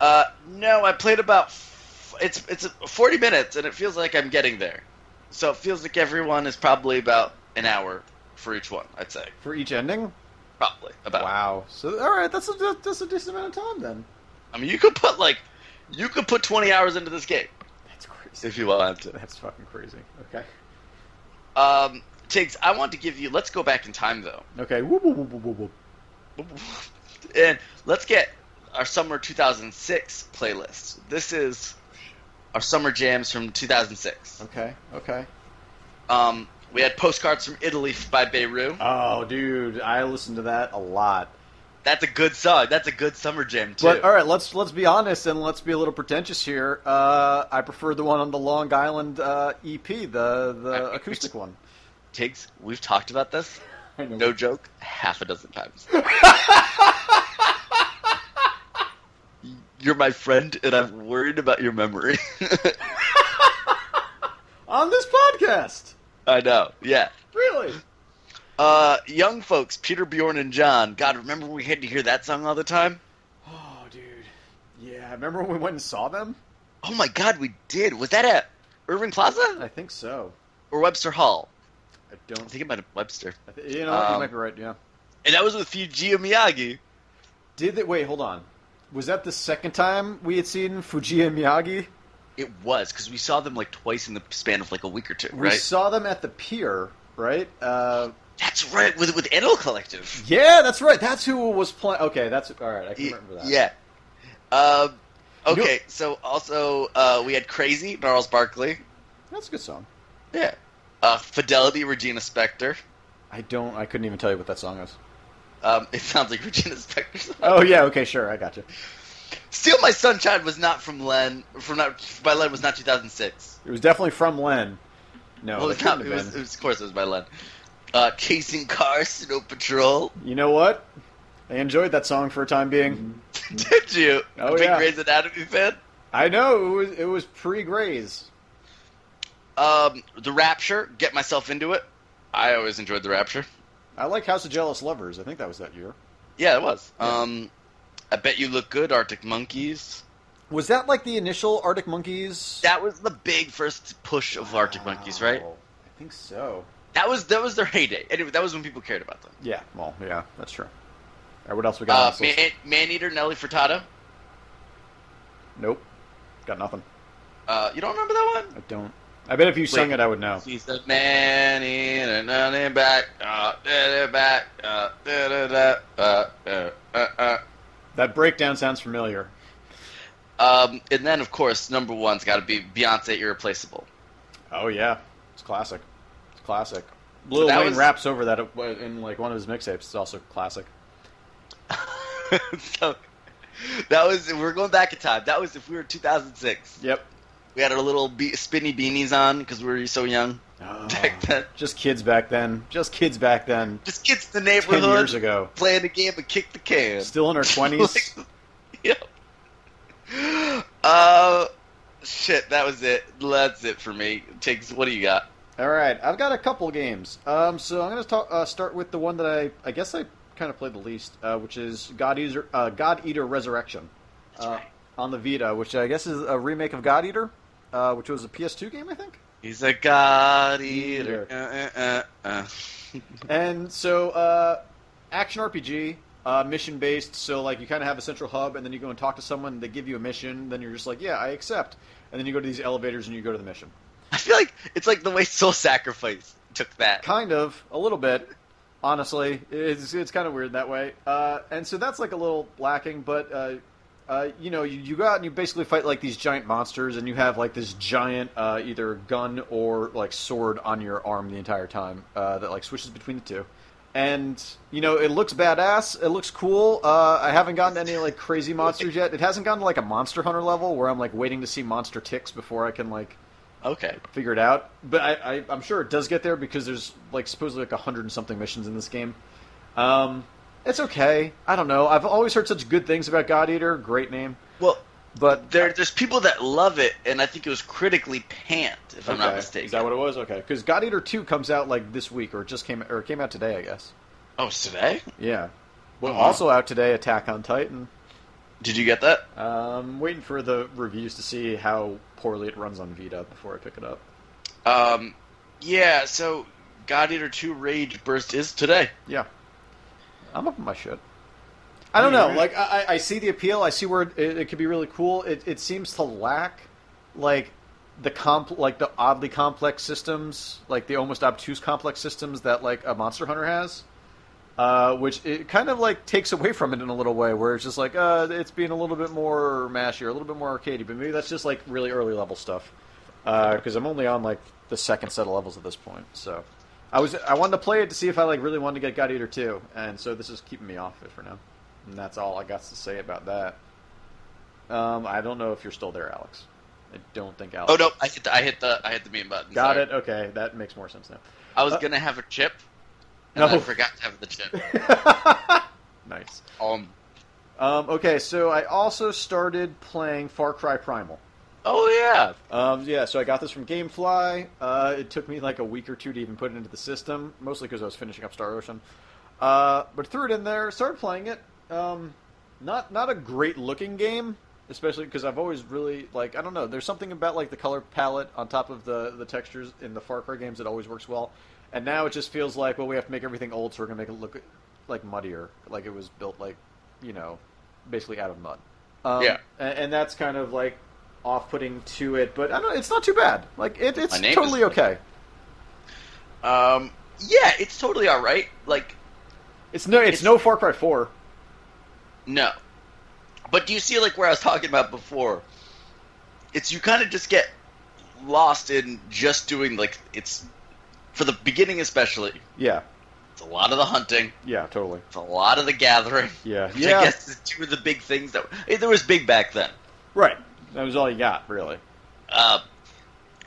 Speaker 2: Uh, no, I played about. F- it's it's 40 minutes, and it feels like I'm getting there. So it feels like everyone is probably about an hour for each one. I'd say
Speaker 1: For each ending?
Speaker 2: probably about.
Speaker 1: Wow. So all right, that's a that's a decent amount of time then.
Speaker 2: I mean, you could put like, you could put 20 hours into this game
Speaker 1: That's crazy.
Speaker 2: if you want to.
Speaker 1: That's fucking crazy. Okay.
Speaker 2: Um, Tiggs, I want to give you. Let's go back in time though,
Speaker 1: Okay. Whoop, whoop, whoop, whoop, whoop, whoop.
Speaker 2: and let's get our summer 2006 playlist. This is our summer jams from 2006.
Speaker 1: Okay. Okay.
Speaker 2: Um, we had postcards from Italy by Beirut.
Speaker 1: Oh, dude, I listen to that a lot.
Speaker 2: That's a good song. That's a good summer jam too.
Speaker 1: But all right, let's let's be honest and let's be a little pretentious here. Uh, I prefer the one on the Long Island uh, EP, the the
Speaker 2: Uh,
Speaker 1: acoustic one.
Speaker 2: Tiggs, we've talked about this.
Speaker 1: I know.
Speaker 2: No joke, half a dozen times. You're my friend, and I'm worried about your memory.
Speaker 1: On this podcast,
Speaker 2: I know. Yeah.
Speaker 1: really?
Speaker 2: Uh, young folks, Peter Bjorn and John. God, remember we had to hear that song all the time?
Speaker 1: Oh, dude, yeah. Remember when we went and saw them?
Speaker 2: Oh my God, we did. Was that at Irving Plaza
Speaker 1: I think so.
Speaker 2: or Webster Hall?
Speaker 1: I
Speaker 2: I
Speaker 1: don't.
Speaker 2: think it might have Webster.
Speaker 1: I th- you know, what, you
Speaker 2: Um,
Speaker 1: might be right. Yeah.
Speaker 2: And that was with Fujio Miyagi.
Speaker 1: Did they wait? Hold on. Was that the second time we had seen Fujiya Miyagi?
Speaker 2: It was because we saw them like twice in the span of like a week or two,
Speaker 1: We
Speaker 2: right?
Speaker 1: saw them at the pier, right? Uh,
Speaker 2: That's right, with with Animal Collective.
Speaker 1: yeah, that's right. That's who was playing. Okay, that's all right. I can
Speaker 2: Y-
Speaker 1: remember that.
Speaker 2: Yeah. Um,
Speaker 1: You know-
Speaker 2: okay, so also uh, we had Crazy, Gnarls Barkley.
Speaker 1: that's a good song.
Speaker 2: Yeah. Uh, Fidelity, Regina Spektor.
Speaker 1: I don't. I couldn't even tell you what that song is.
Speaker 2: Um, it sounds like Regina Spektor's.
Speaker 1: Oh yeah. Okay. Sure. I got you.
Speaker 2: Steal My Sunshine was not from Len. From not by Len was not 2006.
Speaker 1: It was definitely from Len. No,
Speaker 2: well,
Speaker 1: it
Speaker 2: it's
Speaker 1: couldn't
Speaker 2: not,
Speaker 1: have
Speaker 2: it was,
Speaker 1: been.
Speaker 2: it was- of course, it was by Len. Uh, Chasing Cars, Snow Patrol.
Speaker 1: You know what? I enjoyed that song for a time being.
Speaker 2: Did you?
Speaker 1: Oh,
Speaker 2: a big
Speaker 1: yeah.
Speaker 2: Grey's Anatomy fan.
Speaker 1: I know it was. It was pre Grays.
Speaker 2: Um, the Rapture. Get myself into it. I always enjoyed the Rapture.
Speaker 1: I like House of Jealous Lovers. I think that was that year.
Speaker 2: Yeah, it was.
Speaker 1: Yeah.
Speaker 2: Um, I bet you look good, Arctic Monkeys.
Speaker 1: Was that like the initial Arctic Monkeys?
Speaker 2: That was the big first push of Arctic Monkeys, right?
Speaker 1: Wow. I think so.
Speaker 2: That was that was their heyday. Anyway, that was when people cared about them.
Speaker 1: Yeah. Well, yeah, that's true. All right, what else we got? on
Speaker 2: Uh,
Speaker 1: this list?
Speaker 2: Man, Maneater, Nelly Furtado.
Speaker 1: Nope. Got nothing.
Speaker 2: Uh, you don't remember that one?
Speaker 1: I don't. I bet if you sung
Speaker 2: Wait.
Speaker 1: it, I would know.
Speaker 2: She's a man in a nothing back, uh, da, da, back, uh, da, da, da, uh, uh, uh, uh.
Speaker 1: That breakdown sounds familiar.
Speaker 2: Um, and then, of course, number one's got to be Beyonce, Irreplaceable.
Speaker 1: Oh yeah, it's classic. It's classic. Lil
Speaker 2: that
Speaker 1: Wayne
Speaker 2: was-
Speaker 1: raps over that uh, in like one of his mixtapes. It's also classic.
Speaker 2: so that was we're going back in time. That was if we were 2006.
Speaker 1: Yep.
Speaker 2: We had our little be- spinny beanies on because we were so young
Speaker 1: Oh.
Speaker 2: back then.
Speaker 1: Just kids back then. Just kids back then.
Speaker 2: Just kids in the
Speaker 1: Ten years
Speaker 2: neighborhood
Speaker 1: ago.
Speaker 2: playing the game and kick the can.
Speaker 1: Still in our twenties.
Speaker 2: Like, yep. Uh, shit, that was it. That's it for me. Tiggs, what do you got?
Speaker 1: All right, I've got a couple games. Um, so I'm gonna talk, uh, start with the one that I I guess I kind of played the least, uh, which is God Eater uh, God Eater Resurrection uh, on the Vita, which I guess is a remake of God Eater, uh, which was a PS2 game, I think.
Speaker 2: He's a god eater. Uh, uh, uh, uh.
Speaker 1: And so, uh, action RPG, uh, mission based. So, like, you kind of have a central hub, and then you go and talk to someone. They give you a mission. Then you're just like, yeah, I accept. And then you go to these elevators and you go to the mission.
Speaker 2: I feel like it's like the way Soul Sacrifice took that.
Speaker 1: Kind of, a little bit. Honestly, it's it's kind of weird that way. Uh, and so that's like a little lacking, but. Uh, uh, you know, you, you go out and you basically fight like these giant monsters, and you have like this giant uh, either gun or like sword on your arm the entire time uh, that like switches between the two. And you know, it looks badass. It looks cool. Uh, I haven't gotten to any like crazy monsters yet. It hasn't gotten to like a Monster Hunter level where I'm like waiting to see monster ticks before I can like
Speaker 2: Okay.
Speaker 1: figure it out. But I, I, I'm sure it does get there because there's like supposedly like a hundred and something missions in this game. Um, it's okay. I don't know. I've always heard such good things about God Eater. Great name,
Speaker 2: Well,
Speaker 1: but
Speaker 2: there, there's people that love it, and I think it was critically panned, if I'm not
Speaker 1: Okay.
Speaker 2: mistaken.
Speaker 1: Is that what it was? Okay, because God Eater Two comes out like this week, or it just came, or it came out today, I guess.
Speaker 2: oh, it's today?
Speaker 1: Yeah. Well,
Speaker 2: Oh, wow.
Speaker 1: also out today, Attack on Titan.
Speaker 2: Did you get that?
Speaker 1: Um, waiting for the reviews to see how poorly it runs on Vita before I pick it up.
Speaker 2: Um, yeah, so God Eater 2 Rage Burst is today.
Speaker 1: Yeah. I'm up on my shit. I don't know. Like, I, I I see the appeal. I see where it, it could be really cool. It, it seems to lack, like, the comp like the oddly complex systems, like the almost obtuse complex systems that like a Monster Hunter has. Uh, which it kind of like takes away from it in a little way, where it's just like uh, it's being a little bit more mashy or a little bit more arcadey, but maybe that's just like really early level stuff. Because I'm only on like the second set of levels at this point, so I was I wanted to play it to see if I like really wanted to get God Eater 2, and so this is keeping me off it for now. And that's all I got to say about that. Um, I don't know if you're still there, Alex. I don't think Alex.
Speaker 2: Oh no, I hit the I hit the I hit the meme button.
Speaker 1: Got
Speaker 2: sorry.
Speaker 1: it. Okay, that makes more sense now.
Speaker 2: I was
Speaker 1: Uh,
Speaker 2: gonna have a chip, and
Speaker 1: No.
Speaker 2: I forgot to have the chip.
Speaker 1: nice.
Speaker 2: Um.
Speaker 1: Um, okay, so I also started playing Far Cry Primal.
Speaker 2: Oh yeah.
Speaker 1: Um, yeah, so I got this from GameFly. Uh, it took me like a week or two to even put it into the system, mostly because I was finishing up Star Ocean. Uh, but threw it in there, started playing it. Um, not not a great looking game, especially because I've always really like I don't know. There's something about like the color palette on top of the the textures in the Far Cry games that always works well. And now it just feels like well we have to make everything old, so we're gonna make it look like muddier, like it was built like you know basically out of mud. Um,
Speaker 2: Yeah.
Speaker 1: a- and, that's kind of like off-putting to it, but I don't. It's not too bad. Like it, it's
Speaker 2: My name
Speaker 1: totally
Speaker 2: is-
Speaker 1: okay.
Speaker 2: Um. Yeah, it's totally all right. Like
Speaker 1: It's no, it's,
Speaker 2: It's-
Speaker 1: no Far Cry Four.
Speaker 2: no, but do you see like where I was talking about before? It's you kind of just get lost in just doing like it's for the beginning especially.
Speaker 1: Yeah,
Speaker 2: It's a lot of the hunting.
Speaker 1: yeah, totally.
Speaker 2: It's a lot of the gathering.
Speaker 1: Yeah,
Speaker 2: Which
Speaker 1: yeah.
Speaker 2: I guess is two of the big things that hey, there was big back then.
Speaker 1: Right. That was all you got, really.
Speaker 2: Uh,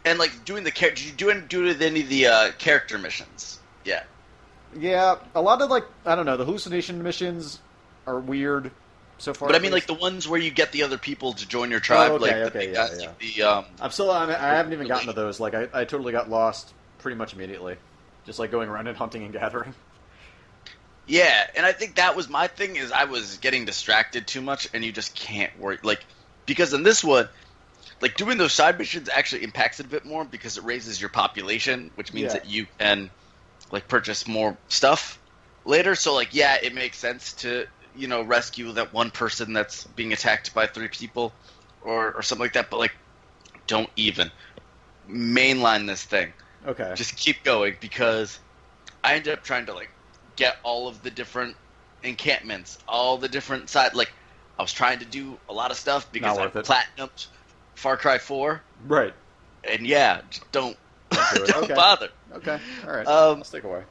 Speaker 2: and like doing the character, did you do any, do any of the uh, character missions? Yeah,
Speaker 1: Yeah, a lot of like I don't know. The hallucination missions are weird so far.
Speaker 2: but I
Speaker 1: at
Speaker 2: mean like
Speaker 1: least.
Speaker 2: the ones where you get the other people to join your tribe,
Speaker 1: Oh, okay,
Speaker 2: like the
Speaker 1: okay,
Speaker 2: big
Speaker 1: yeah,
Speaker 2: guys,
Speaker 1: yeah.
Speaker 2: like the um,
Speaker 1: I'm still. I, I haven't even gotten to those. Like I, I totally got lost pretty much immediately, just like going around and hunting and gathering.
Speaker 2: yeah. And I think that was my thing is I was getting distracted too much, and you just can't worry like because in this one. Like doing those side missions actually impacts it a bit more because it raises your population, which means
Speaker 1: Yeah.
Speaker 2: that you can like purchase more stuff later. So like, yeah, it makes sense to you know rescue that one person that's being attacked by three people, or or something like that. But like, don't even mainline this thing.
Speaker 1: Okay.
Speaker 2: Just keep going because I ended up trying to like get all of the different encampments, all the different side. Like, I was trying to do a lot of stuff because I
Speaker 1: worth it.
Speaker 2: platinumed Far Cry Four,
Speaker 1: right.
Speaker 2: and yeah, just don't
Speaker 1: do it.
Speaker 2: don't
Speaker 1: Okay.
Speaker 2: bother.
Speaker 1: Okay. All right. Uh,
Speaker 2: Um,
Speaker 1: Let's take away.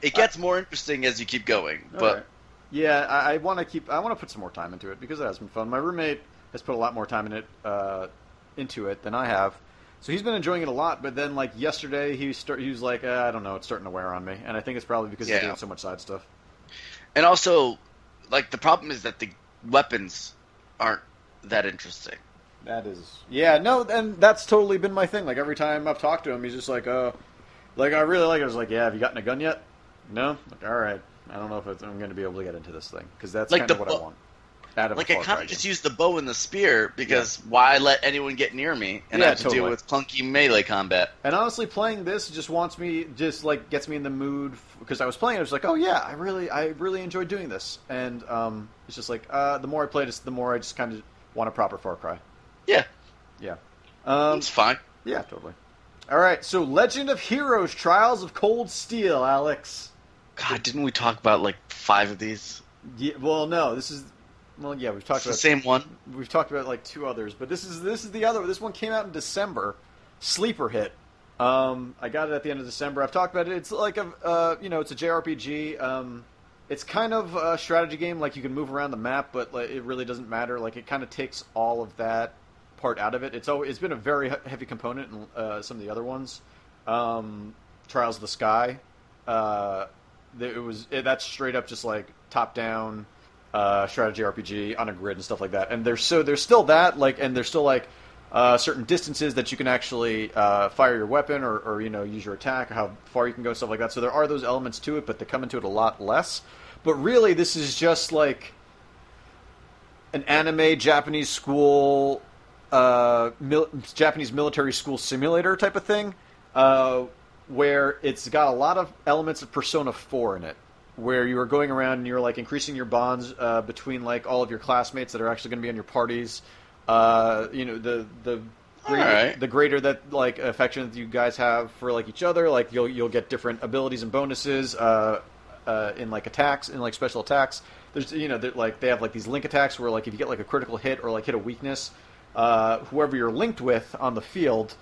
Speaker 2: It gets more interesting as you keep going, but.
Speaker 1: Alright. yeah, I, I want to keep. I want to put some more time into it because it has been fun. My roommate has put a lot more time in it, uh, into it than I have, so he's been enjoying it a lot. But then, like yesterday, he start. He was like, uh, I don't know, it's starting to wear on me, and I think it's probably because he's
Speaker 2: Yeah.
Speaker 1: doing so much side stuff.
Speaker 2: And also, like the problem is that the weapons aren't that interesting.
Speaker 1: That is, yeah, no, and that's totally been my thing. Like every time I've talked to him, he's just like, "Oh, like I really like." it. I was like, "Yeah, have you gotten a gun yet?" No. Like, all right, I don't know if it's, I'm going to be able to get into this thing because that's
Speaker 2: Like
Speaker 1: kind
Speaker 2: the
Speaker 1: of what I
Speaker 2: bu-
Speaker 1: want. Out of a
Speaker 2: Like I
Speaker 1: Far
Speaker 2: kind
Speaker 1: Cry
Speaker 2: of just
Speaker 1: game.
Speaker 2: use the bow and the spear because why let anyone get near me and
Speaker 1: Yeah,
Speaker 2: I have to
Speaker 1: totally.
Speaker 2: deal with clunky melee combat?
Speaker 1: And honestly, playing this just wants me, just like gets me in the mood because I was playing. I was like, oh yeah, I really, I really enjoyed doing this. And um, it's just like uh, the more I play this, the more I just kind of want a proper Far Cry.
Speaker 2: Yeah,
Speaker 1: Yeah, um,
Speaker 2: it's fine.
Speaker 1: yeah, totally. All right, so Legend of Heroes: Trials of Cold Steel, Alex.
Speaker 2: God, didn't we talk about like five of these?
Speaker 1: Yeah, well, no, this is well, yeah, we've talked
Speaker 2: It's the
Speaker 1: about
Speaker 2: same one.
Speaker 1: we've talked about like two others, but this is this is the other. This one came out in December. Sleeper hit. Um, I got it at the end of December. I've talked about it. It's like a uh, you know, it's a JRPG. Um, it's kind of a strategy game. Like you can move around the map, but like, it really doesn't matter. Like it kind of takes all of that part out of it. It's always, it's been a very he- heavy component in uh, some of the other ones. Um, Trials of the Sky. Uh, th- it was it, that's straight up just like top down uh, strategy RPG on a grid and stuff like that. And there's so there's still that like, and there's still like uh, certain distances that you can actually uh, fire your weapon or, or you know use your attack or how far you can go and stuff like that. So there are those elements to it, but they come into it a lot less. But really, this is just like an anime Japanese school, uh, mil- Japanese military school simulator type of thing, uh, where it's got a lot of elements of Persona Four in it, where you are going around and you're like increasing your bonds uh, between like all of your classmates that are actually going to be in your parties. Uh, you know the the greater,
Speaker 2: Alright.
Speaker 1: the greater that like affection that you guys have for like each other, like you'll you'll get different abilities and bonuses uh, uh, in like attacks in like special attacks. There's you know they're, like they have like these link attacks where like if you get like a critical hit or like hit a weakness, uh, whoever you're linked with on the field,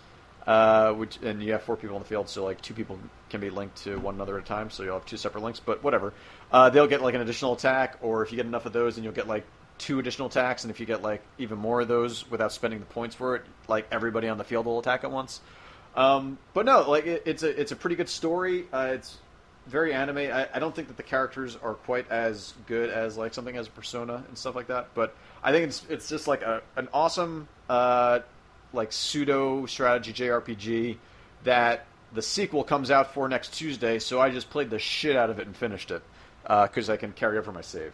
Speaker 1: uh, which and you have four people on the field, so like two people can be linked to one another at a time, so you'll have two separate links. But whatever, uh, they'll get like an additional attack, or if you get enough of those, then you'll get like two additional attacks, and if you get like even more of those without spending the points for it, like everybody on the field will attack at once. Um, but no, like it, it's a it's a pretty good story. Uh, it's very anime. I, I don't think that the characters are quite as good as like something as Persona and stuff like that. But I think it's it's just like a, an awesome uh, like pseudo strategy JRPG that the sequel comes out for next Tuesday. So I just played the shit out of it and finished it because I can carry over my save.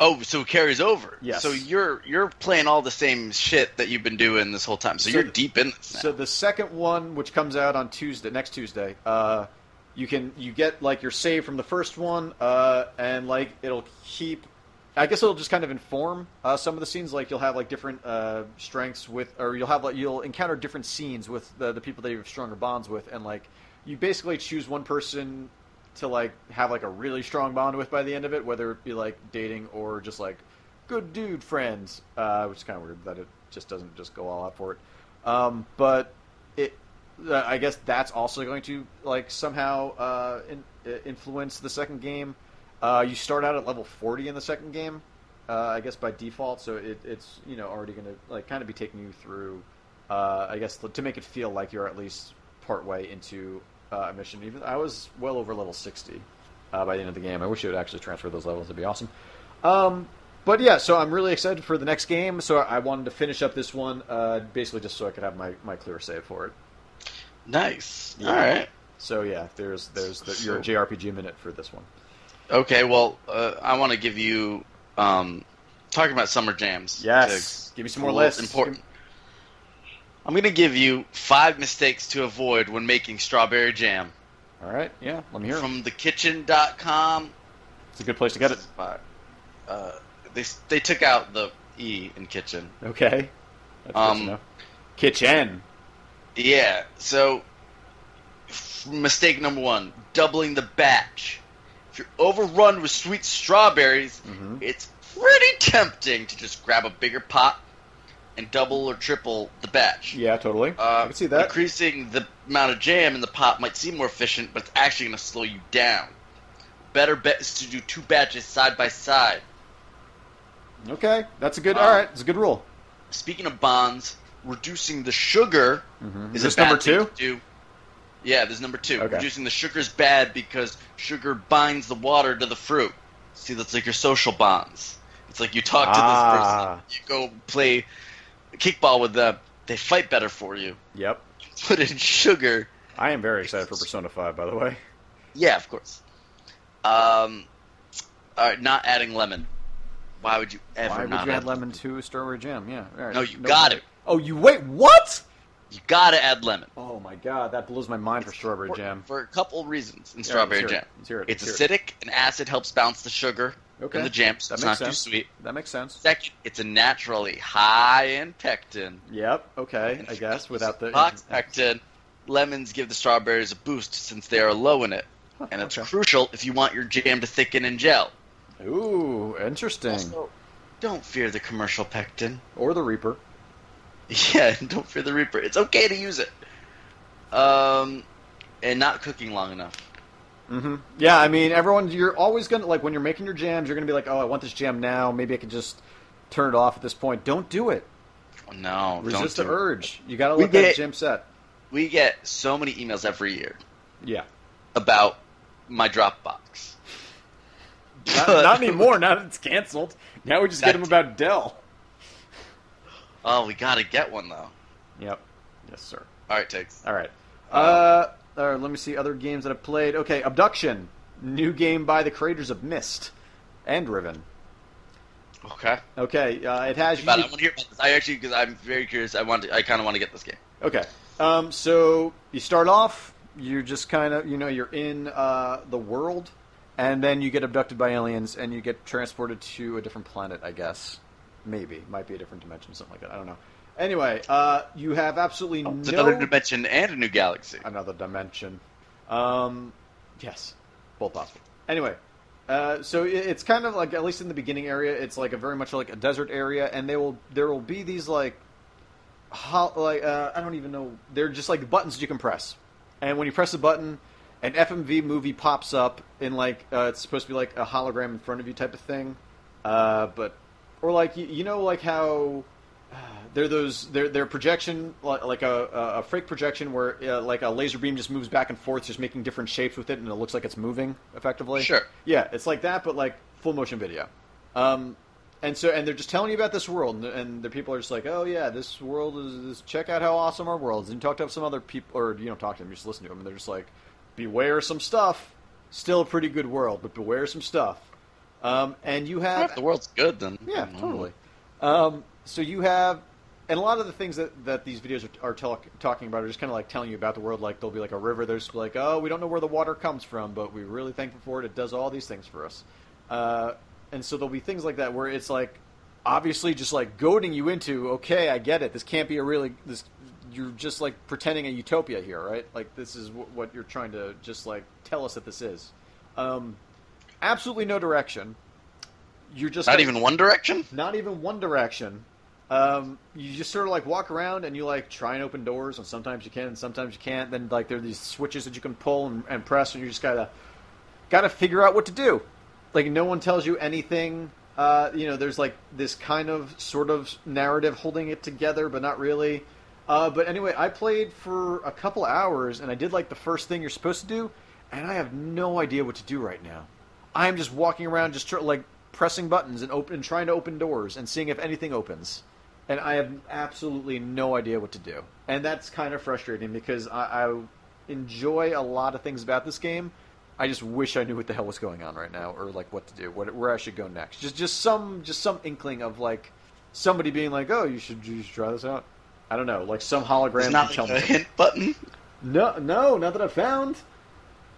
Speaker 2: Oh, so it carries over.
Speaker 1: Yes.
Speaker 2: So you're you're playing all the same shit that you've been doing this whole time. So,
Speaker 1: So
Speaker 2: you're
Speaker 1: the-
Speaker 2: deep in this now.
Speaker 1: So the second one, which comes out on Tuesday, next Tuesday, uh, you can you get like your save from the first one, uh, and like it'll keep. I guess it'll just kind of inform uh, some of the scenes. Like you'll have like different uh, strengths with, or you'll have like you'll encounter different scenes with the, the people that you have stronger bonds with, and like you basically choose one person to like have like a really strong bond with by the end of it, whether it be like dating or just like good dude friends, uh, which is kind of weird that it just doesn't just go all out for it. Um, but it, uh, I guess that's also going to like somehow uh, in, uh, influence the second game. Uh, you start out at level forty in the second game, uh, I guess by default. So it, it's you know already going to like kind of be taking you through. Uh, I guess to make it feel like you're at least partway into uh, a mission. Even I was well over level sixty uh, by the end of the game. I wish it would actually transfer those levels. It'd be awesome. Um, but yeah, so I'm really excited for the next game. So I wanted to finish up this one, uh, basically just so I could have my, my clear save for it.
Speaker 2: nice.
Speaker 1: Yeah.
Speaker 2: All right.
Speaker 1: So yeah, there's there's the, your
Speaker 2: So-
Speaker 1: JRPG minute for this one.
Speaker 2: Okay. Well, uh, I want to give you um, talking about summer jams.
Speaker 1: Yes, give me some more
Speaker 2: Well,
Speaker 1: lists.
Speaker 2: Important. I'm going to give you five mistakes to avoid when making strawberry jam
Speaker 1: All right, yeah, let me hear. it.
Speaker 2: from thekitchen.com.
Speaker 1: It's a good place to get it.
Speaker 2: Uh, they they took out the e in kitchen.
Speaker 1: Okay. That's good
Speaker 2: Um,
Speaker 1: to know. Kitchen.
Speaker 2: Yeah. So, f- mistake number one: doubling the batch. If you're overrun with sweet strawberries,
Speaker 1: Mm-hmm.
Speaker 2: it's pretty tempting to just grab a bigger pot and double or triple the batch.
Speaker 1: Yeah, totally.
Speaker 2: Uh,
Speaker 1: I can see that.
Speaker 2: Increasing the amount of jam in the pot might seem more efficient, but it's actually going to slow you down. Better bet is to do two batches side by side.
Speaker 1: okay, that's a good.
Speaker 2: Uh,
Speaker 1: all right, it's a good rule.
Speaker 2: Speaking of bonds, reducing the sugar
Speaker 1: Mm-hmm.
Speaker 2: is
Speaker 1: Is this
Speaker 2: a bad
Speaker 1: number
Speaker 2: thing
Speaker 1: two?
Speaker 2: to do. Yeah, there's number two.
Speaker 1: Okay.
Speaker 2: Reducing the sugar is bad because sugar binds the water to the fruit. See, that's like your social bonds. It's like you talk to
Speaker 1: Ah.
Speaker 2: this person, you go play kickball with them, they fight better for you.
Speaker 1: Yep.
Speaker 2: Put in sugar,
Speaker 1: I am very excited for Persona Five, by the way.
Speaker 2: Yeah, of course. Um, all right, not adding lemon. Why would you ever
Speaker 1: Why would
Speaker 2: not
Speaker 1: you
Speaker 2: add
Speaker 1: add lemon to strawberry jam? Yeah. All right.
Speaker 2: No, you got it.
Speaker 1: Oh, you wait. What?
Speaker 2: You gotta add lemon.
Speaker 1: Oh my god, that blows my mind for strawberry jam.
Speaker 2: for a couple reasons in
Speaker 1: Yeah,
Speaker 2: strawberry
Speaker 1: let's hear
Speaker 2: jam.
Speaker 1: it. Let's hear it.
Speaker 2: It's
Speaker 1: Let's hear
Speaker 2: acidic, and acid helps bounce the sugar
Speaker 1: it. Okay.
Speaker 2: in the jam,
Speaker 1: That
Speaker 2: so it's not
Speaker 1: makes sense.
Speaker 2: too sweet.
Speaker 1: That makes sense.
Speaker 2: Second, it's a naturally high in pectin.
Speaker 1: Yep. Okay. I guess without the
Speaker 2: Lots of pectin, lemons give the strawberries a boost since they are low in it,
Speaker 1: Huh,
Speaker 2: and it's
Speaker 1: okay.
Speaker 2: crucial if you want your jam to thicken and gel.
Speaker 1: Ooh, interesting.
Speaker 2: Also, don't fear the commercial pectin.
Speaker 1: or the Reaper.
Speaker 2: Yeah, don't fear the Reaper. It's okay to use it. Um, and not cooking long enough.
Speaker 1: hmm Yeah, I mean, everyone, you're always gonna like when you're making your jams, you're gonna be like, oh, I want this jam now. Maybe I can just turn it off at this point. Don't do it.
Speaker 2: No,
Speaker 1: Resist
Speaker 2: don't
Speaker 1: the
Speaker 2: do it.
Speaker 1: urge. You gotta
Speaker 2: We
Speaker 1: let that
Speaker 2: get-
Speaker 1: jam set.
Speaker 2: We get so many emails every year
Speaker 1: Yeah.
Speaker 2: about my Dropbox.
Speaker 1: Not,
Speaker 2: But-
Speaker 1: not anymore. Now that it's canceled, now we just get them about Dell.
Speaker 2: Oh, we gotta get one though.
Speaker 1: Yep. Yes, sir.
Speaker 2: All right, takes.
Speaker 1: All right. Uh, all right, let me see other games that I've played. Okay, Abduction, new game by the creators of Mist and Riven.
Speaker 2: Okay.
Speaker 1: Okay, uh, it has.
Speaker 2: But I want to hear about this. I actually, because I'm very curious. I want. To, I kind of want to get this game.
Speaker 1: Okay. Um, so you start off, you're just kind of, you know, you're in uh, the world, and then you get abducted by aliens, and you get transported to a different planet, I guess. Maybe. Might be a different dimension, something like that. I don't know. Anyway, uh, you have absolutely
Speaker 2: It's
Speaker 1: no
Speaker 2: another dimension and a new galaxy.
Speaker 1: another dimension. Um, yes, both possible. Anyway, uh, so it, it's kind of like at least in the beginning area, it's like a very much like a desert area, and they will there will be these like, ho- like uh, I don't even know. They're just like buttons you can press, and when you press a button, an FMV movie pops up in like uh, it's supposed to be like a hologram in front of you type of thing, uh, but or like you, you know like how they're those they're, they're projection li- like a, a fake projection where uh, like a laser beam just moves back and forth just making different shapes with it and it looks like it's moving effectively
Speaker 2: Sure.
Speaker 1: yeah it's like that but like full motion video um, and so and they're just telling you about this world and, and the people are just like oh yeah this world is this, check out how awesome our world is and you talk to some other people or you don't talk to them you just listen to them and they're just like beware some stuff still a pretty good world but beware some stuff um, and you
Speaker 2: Well,
Speaker 1: have
Speaker 2: If the world's good, then
Speaker 1: yeah, totally. Um, so you have, and a lot of the things that, that these videos are, are talk, talking about are just kind of like telling you about the world. Like there'll be like a river. There's like, oh, we don't know where the water comes from, but we're really thankful for it. It does all these things for us. Uh, and so there'll be things like that where it's like obviously just like goading you into, okay, I get it. This can't be a really this. You're just like pretending a utopia here, right? Like this is w- what you're trying to just like tell us that this is. Um, absolutely no direction. You're just
Speaker 2: Not
Speaker 1: like-
Speaker 2: even One Direction.
Speaker 1: not even one direction. Um, you just sort of like walk around and you like try and open doors, and sometimes you can, and sometimes you can't. Then like there are these switches that you can pull and, and press, and you just gotta gotta figure out what to do. Like no one tells you anything. Uh, you know, there's like this kind of sort of narrative holding it together, but not really. Uh, but anyway, I played for a couple hours, and I did like the first thing you're supposed to do, and I have no idea what to do right now. I'm just walking around, just tr- like pressing buttons and open, trying to open doors and seeing if anything opens, and I have absolutely no idea what to do. And that's kind of frustrating because I, I enjoy a lot of things about this game. I just wish I knew what the hell was going on right now, or like what to do, what, where I should go next. Just just some just some inkling of like somebody being like, "Oh, you should, you should try this out." I don't know, like some hologram.
Speaker 2: It's
Speaker 1: to
Speaker 2: not
Speaker 1: tell
Speaker 2: like a
Speaker 1: me.
Speaker 2: hint button.
Speaker 1: No, no, not that I've found.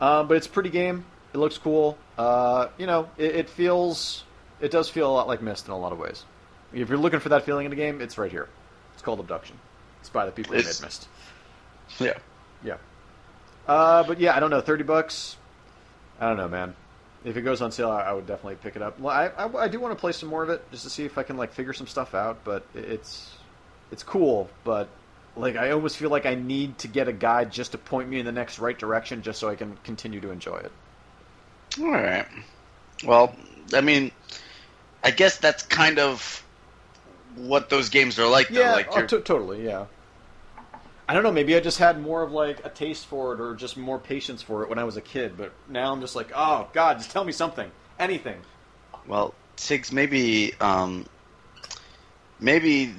Speaker 1: Um, but it's a pretty game. It looks cool. Uh, you know, it, it feels, it does feel a lot like Myst in a lot of ways. If you're looking for that feeling in a game, it's right here. It's called Abduction. It's by the people who
Speaker 2: It's-
Speaker 1: made Myst.
Speaker 2: Yeah.
Speaker 1: Yeah. Uh, but yeah, I don't know. Thirty bucks. I don't know, man. If it goes on sale, I, I would definitely pick it up. Well, I, I, I do want to play some more of it just to see if I can like figure some stuff out. But i- it's it's cool, but like I almost feel like I need to get a guide just to point me in the next right direction, just so I can continue to enjoy it.
Speaker 2: All right. Well, I mean, I guess that's kind of what those games are like.
Speaker 1: Yeah,
Speaker 2: though. like
Speaker 1: oh,
Speaker 2: you're-
Speaker 1: to- totally. Yeah. I don't know. Maybe I just had more of like a taste for it, or just more patience for it when I was a kid. But now I'm just like, oh God, just tell me something, anything.
Speaker 2: Well, Tiggs, maybe um, maybe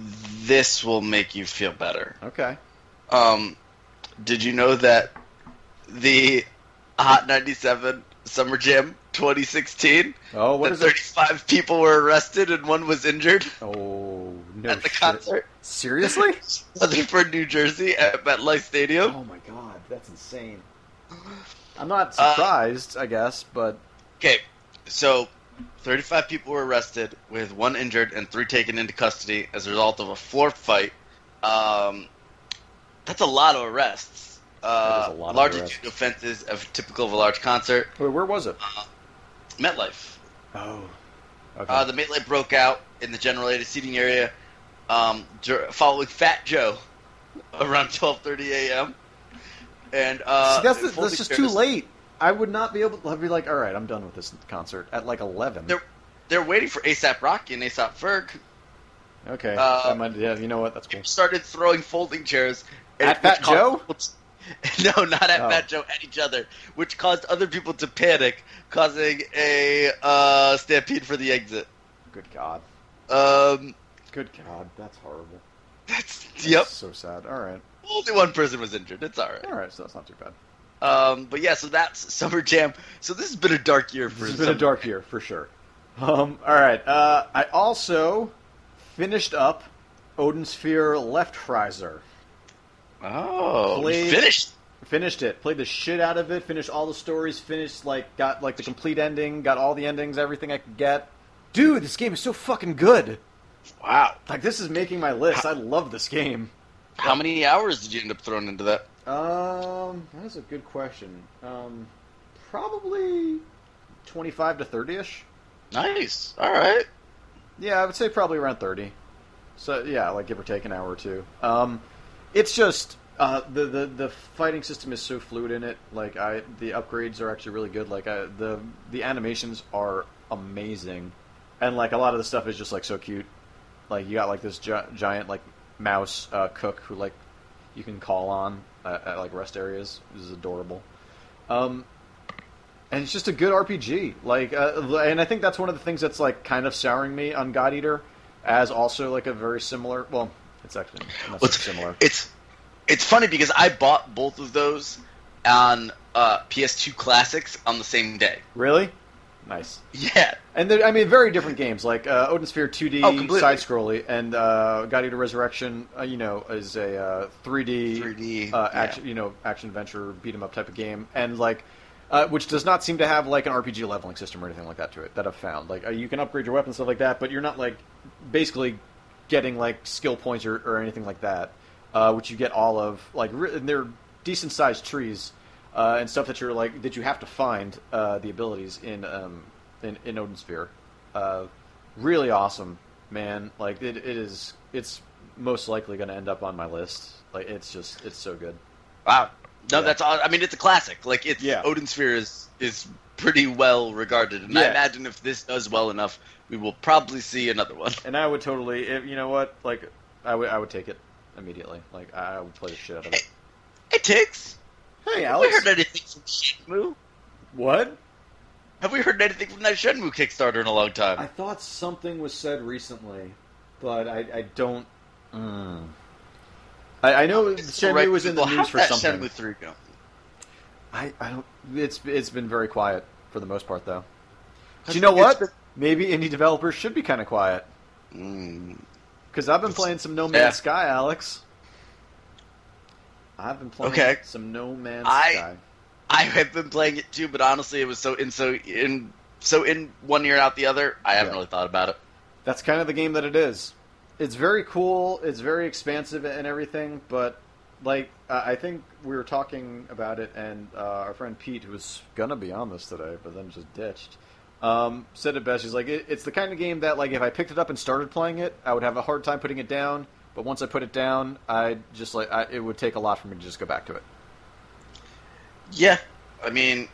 Speaker 2: this will make you feel better.
Speaker 1: Okay.
Speaker 2: Um, did you know that the Hot 97 Summer Jam 2016,
Speaker 1: Oh, what
Speaker 2: that
Speaker 1: is it?
Speaker 2: 35 people were arrested and one was injured
Speaker 1: Oh no!
Speaker 2: at the
Speaker 1: shit.
Speaker 2: concert
Speaker 1: Seriously?
Speaker 2: Rutherford, New Jersey at MetLife Stadium?
Speaker 1: oh my god, that's insane. I'm not
Speaker 2: Uh,
Speaker 1: surprised, I guess, but
Speaker 2: Okay, so 35 people were arrested, with one injured and three taken into custody as a result of a floor fight. Um, that's a lot of arrests. Uh,
Speaker 1: That is a lot of
Speaker 2: largely
Speaker 1: arrests.
Speaker 2: due to offenses of typical of a large concert.
Speaker 1: wait, where was it?
Speaker 2: MetLife.
Speaker 1: Oh, okay.
Speaker 2: Uh, the melee broke out in the general aid seating area um, dur- following Fat Joe around 12:30 a.m. And uh,
Speaker 1: See, that's
Speaker 2: and
Speaker 1: the, that's just too
Speaker 2: Foley-
Speaker 1: late. I would not be able. to I'd be like, all right, I'm done with this concert at like 11.
Speaker 2: They're they're waiting for ASAP Rocky and ASAP Ferg.
Speaker 1: Okay,
Speaker 2: uh,
Speaker 1: I might, yeah, you know what? That's cool.
Speaker 2: Started throwing folding chairs
Speaker 1: At
Speaker 2: which
Speaker 1: Fat Joe?
Speaker 2: caused- No, not at
Speaker 1: Oh.
Speaker 2: Fat Joe. At each other, which caused other people to panic, causing a uh, stampede for the exit.
Speaker 1: Good God,
Speaker 2: Um,
Speaker 1: good God, that's horrible.
Speaker 2: that's
Speaker 1: That's
Speaker 2: yep.
Speaker 1: so sad. All right,
Speaker 2: Only one person was injured. It's all right.
Speaker 1: all right, so that's not too bad.
Speaker 2: Um, but yeah, so that's Summer Jam. So this has been a dark year for
Speaker 1: This has
Speaker 2: Summer
Speaker 1: been a dark year for sure. Um, all right. Uh, I also finished up Odin Sphere Left Frizer.
Speaker 2: Oh, we
Speaker 1: Played-
Speaker 2: finished.
Speaker 1: Finished it. Played the shit out of it. Finished all the stories. Finished like got like the complete ending. Got all the endings. Everything I could get. Dude, this game is so fucking good.
Speaker 2: Wow.
Speaker 1: Like this is making my list. I love this game.
Speaker 2: How many hours did you end up throwing into that?
Speaker 1: Um, that is a good question. Um, probably twenty-five to thirty-ish.
Speaker 2: Nice. All right.
Speaker 1: Yeah, I would say probably around thirty. So yeah, like give or take an hour or two. Um, it's just uh, the the the fighting system is so fluid in it. Like I, the upgrades are actually really good. Like I, the the animations are amazing, and like a lot of the stuff is just like so cute. Like you got like this gi- giant like mouse uh, cook who like you can call on at, at like rest areas. This is adorable. Um, and it's just a good RPG. Like, uh, and I think that's one of the things that's like kind of souring me on God Eater, as also like a very similar. Well, it's actually not so
Speaker 2: What's-
Speaker 1: similar.
Speaker 2: It's it's funny because I bought both of those on uh, PS2 Classics on the same day.
Speaker 1: Really, nice.
Speaker 2: Yeah.
Speaker 1: And they're, I mean, very different games. Like uh, Odin Sphere 2D
Speaker 2: Oh, completely.
Speaker 1: side scrolly, and uh, God Eater Resurrection. Uh, you know, is a uh, 3D,
Speaker 2: 3D,
Speaker 1: uh,
Speaker 2: yeah.
Speaker 1: action. You know, action adventure beat 'em up type of game, and like. Uh, which does not seem to have like an RPG leveling system or anything like that to it that I've found. Like uh, you can upgrade your weapons stuff like that, but you're not like basically getting like skill points or, or anything like that, uh, which you get all of. Like re- and they're decent sized trees uh, and stuff that you're like that you have to find uh, the abilities in um, in, in Odin Sphere. Uh, really awesome, man! Like it, it is. It's most likely going to end up on my list. Like it's just it's so good.
Speaker 2: Wow. No,
Speaker 1: Yeah.
Speaker 2: that's all. I mean, it's a classic. Like it's
Speaker 1: Yeah.
Speaker 2: Odin Sphere is is pretty well regarded, and I
Speaker 1: Yeah.
Speaker 2: imagine if this does well enough, we will probably see another one.
Speaker 1: And I would totally, if, you know what? Like I would I would take it immediately. Like I would play the shit out of it.
Speaker 2: It takes.
Speaker 1: Hey,
Speaker 2: Have we heard anything from Shenmue?
Speaker 1: what?
Speaker 2: Have we heard anything from that Shenmue Kickstarter in a long time?
Speaker 1: I thought something was said recently, but I, I don't. Mm. I, I know Shenmue was in the
Speaker 2: Well,
Speaker 1: news
Speaker 2: how'd
Speaker 1: for
Speaker 2: that
Speaker 1: something.
Speaker 2: Shenmue three go?
Speaker 1: I, I don't. It's it's been very quiet for the most part, though. Do
Speaker 2: That's-
Speaker 1: you know
Speaker 2: it's
Speaker 1: what? Maybe indie developers should be kind of quiet
Speaker 2: Mm.
Speaker 1: because I've been
Speaker 2: It's-
Speaker 1: playing some No Man's
Speaker 2: yeah.
Speaker 1: Sky, Alex. I've been playing
Speaker 2: Okay.
Speaker 1: some No Man's
Speaker 2: I-
Speaker 1: Sky.
Speaker 2: I have been playing it too, but honestly, it was so in so in so in one ear and out the other. I haven't
Speaker 1: Yeah.
Speaker 2: really thought about it.
Speaker 1: That's kind of the game that it is. It's very cool. It's very expansive and everything, but like I I think we were talking about it, and uh, our friend Pete, who was gonna be on this today, but then just ditched, um, said it best. He's like, it, "It's the kind of game that like if I picked it up and started playing it, I would have a hard time putting it down. But once I put it down, I just like I, it would take a lot for me to just go back to it.
Speaker 2: Yeah, I mean,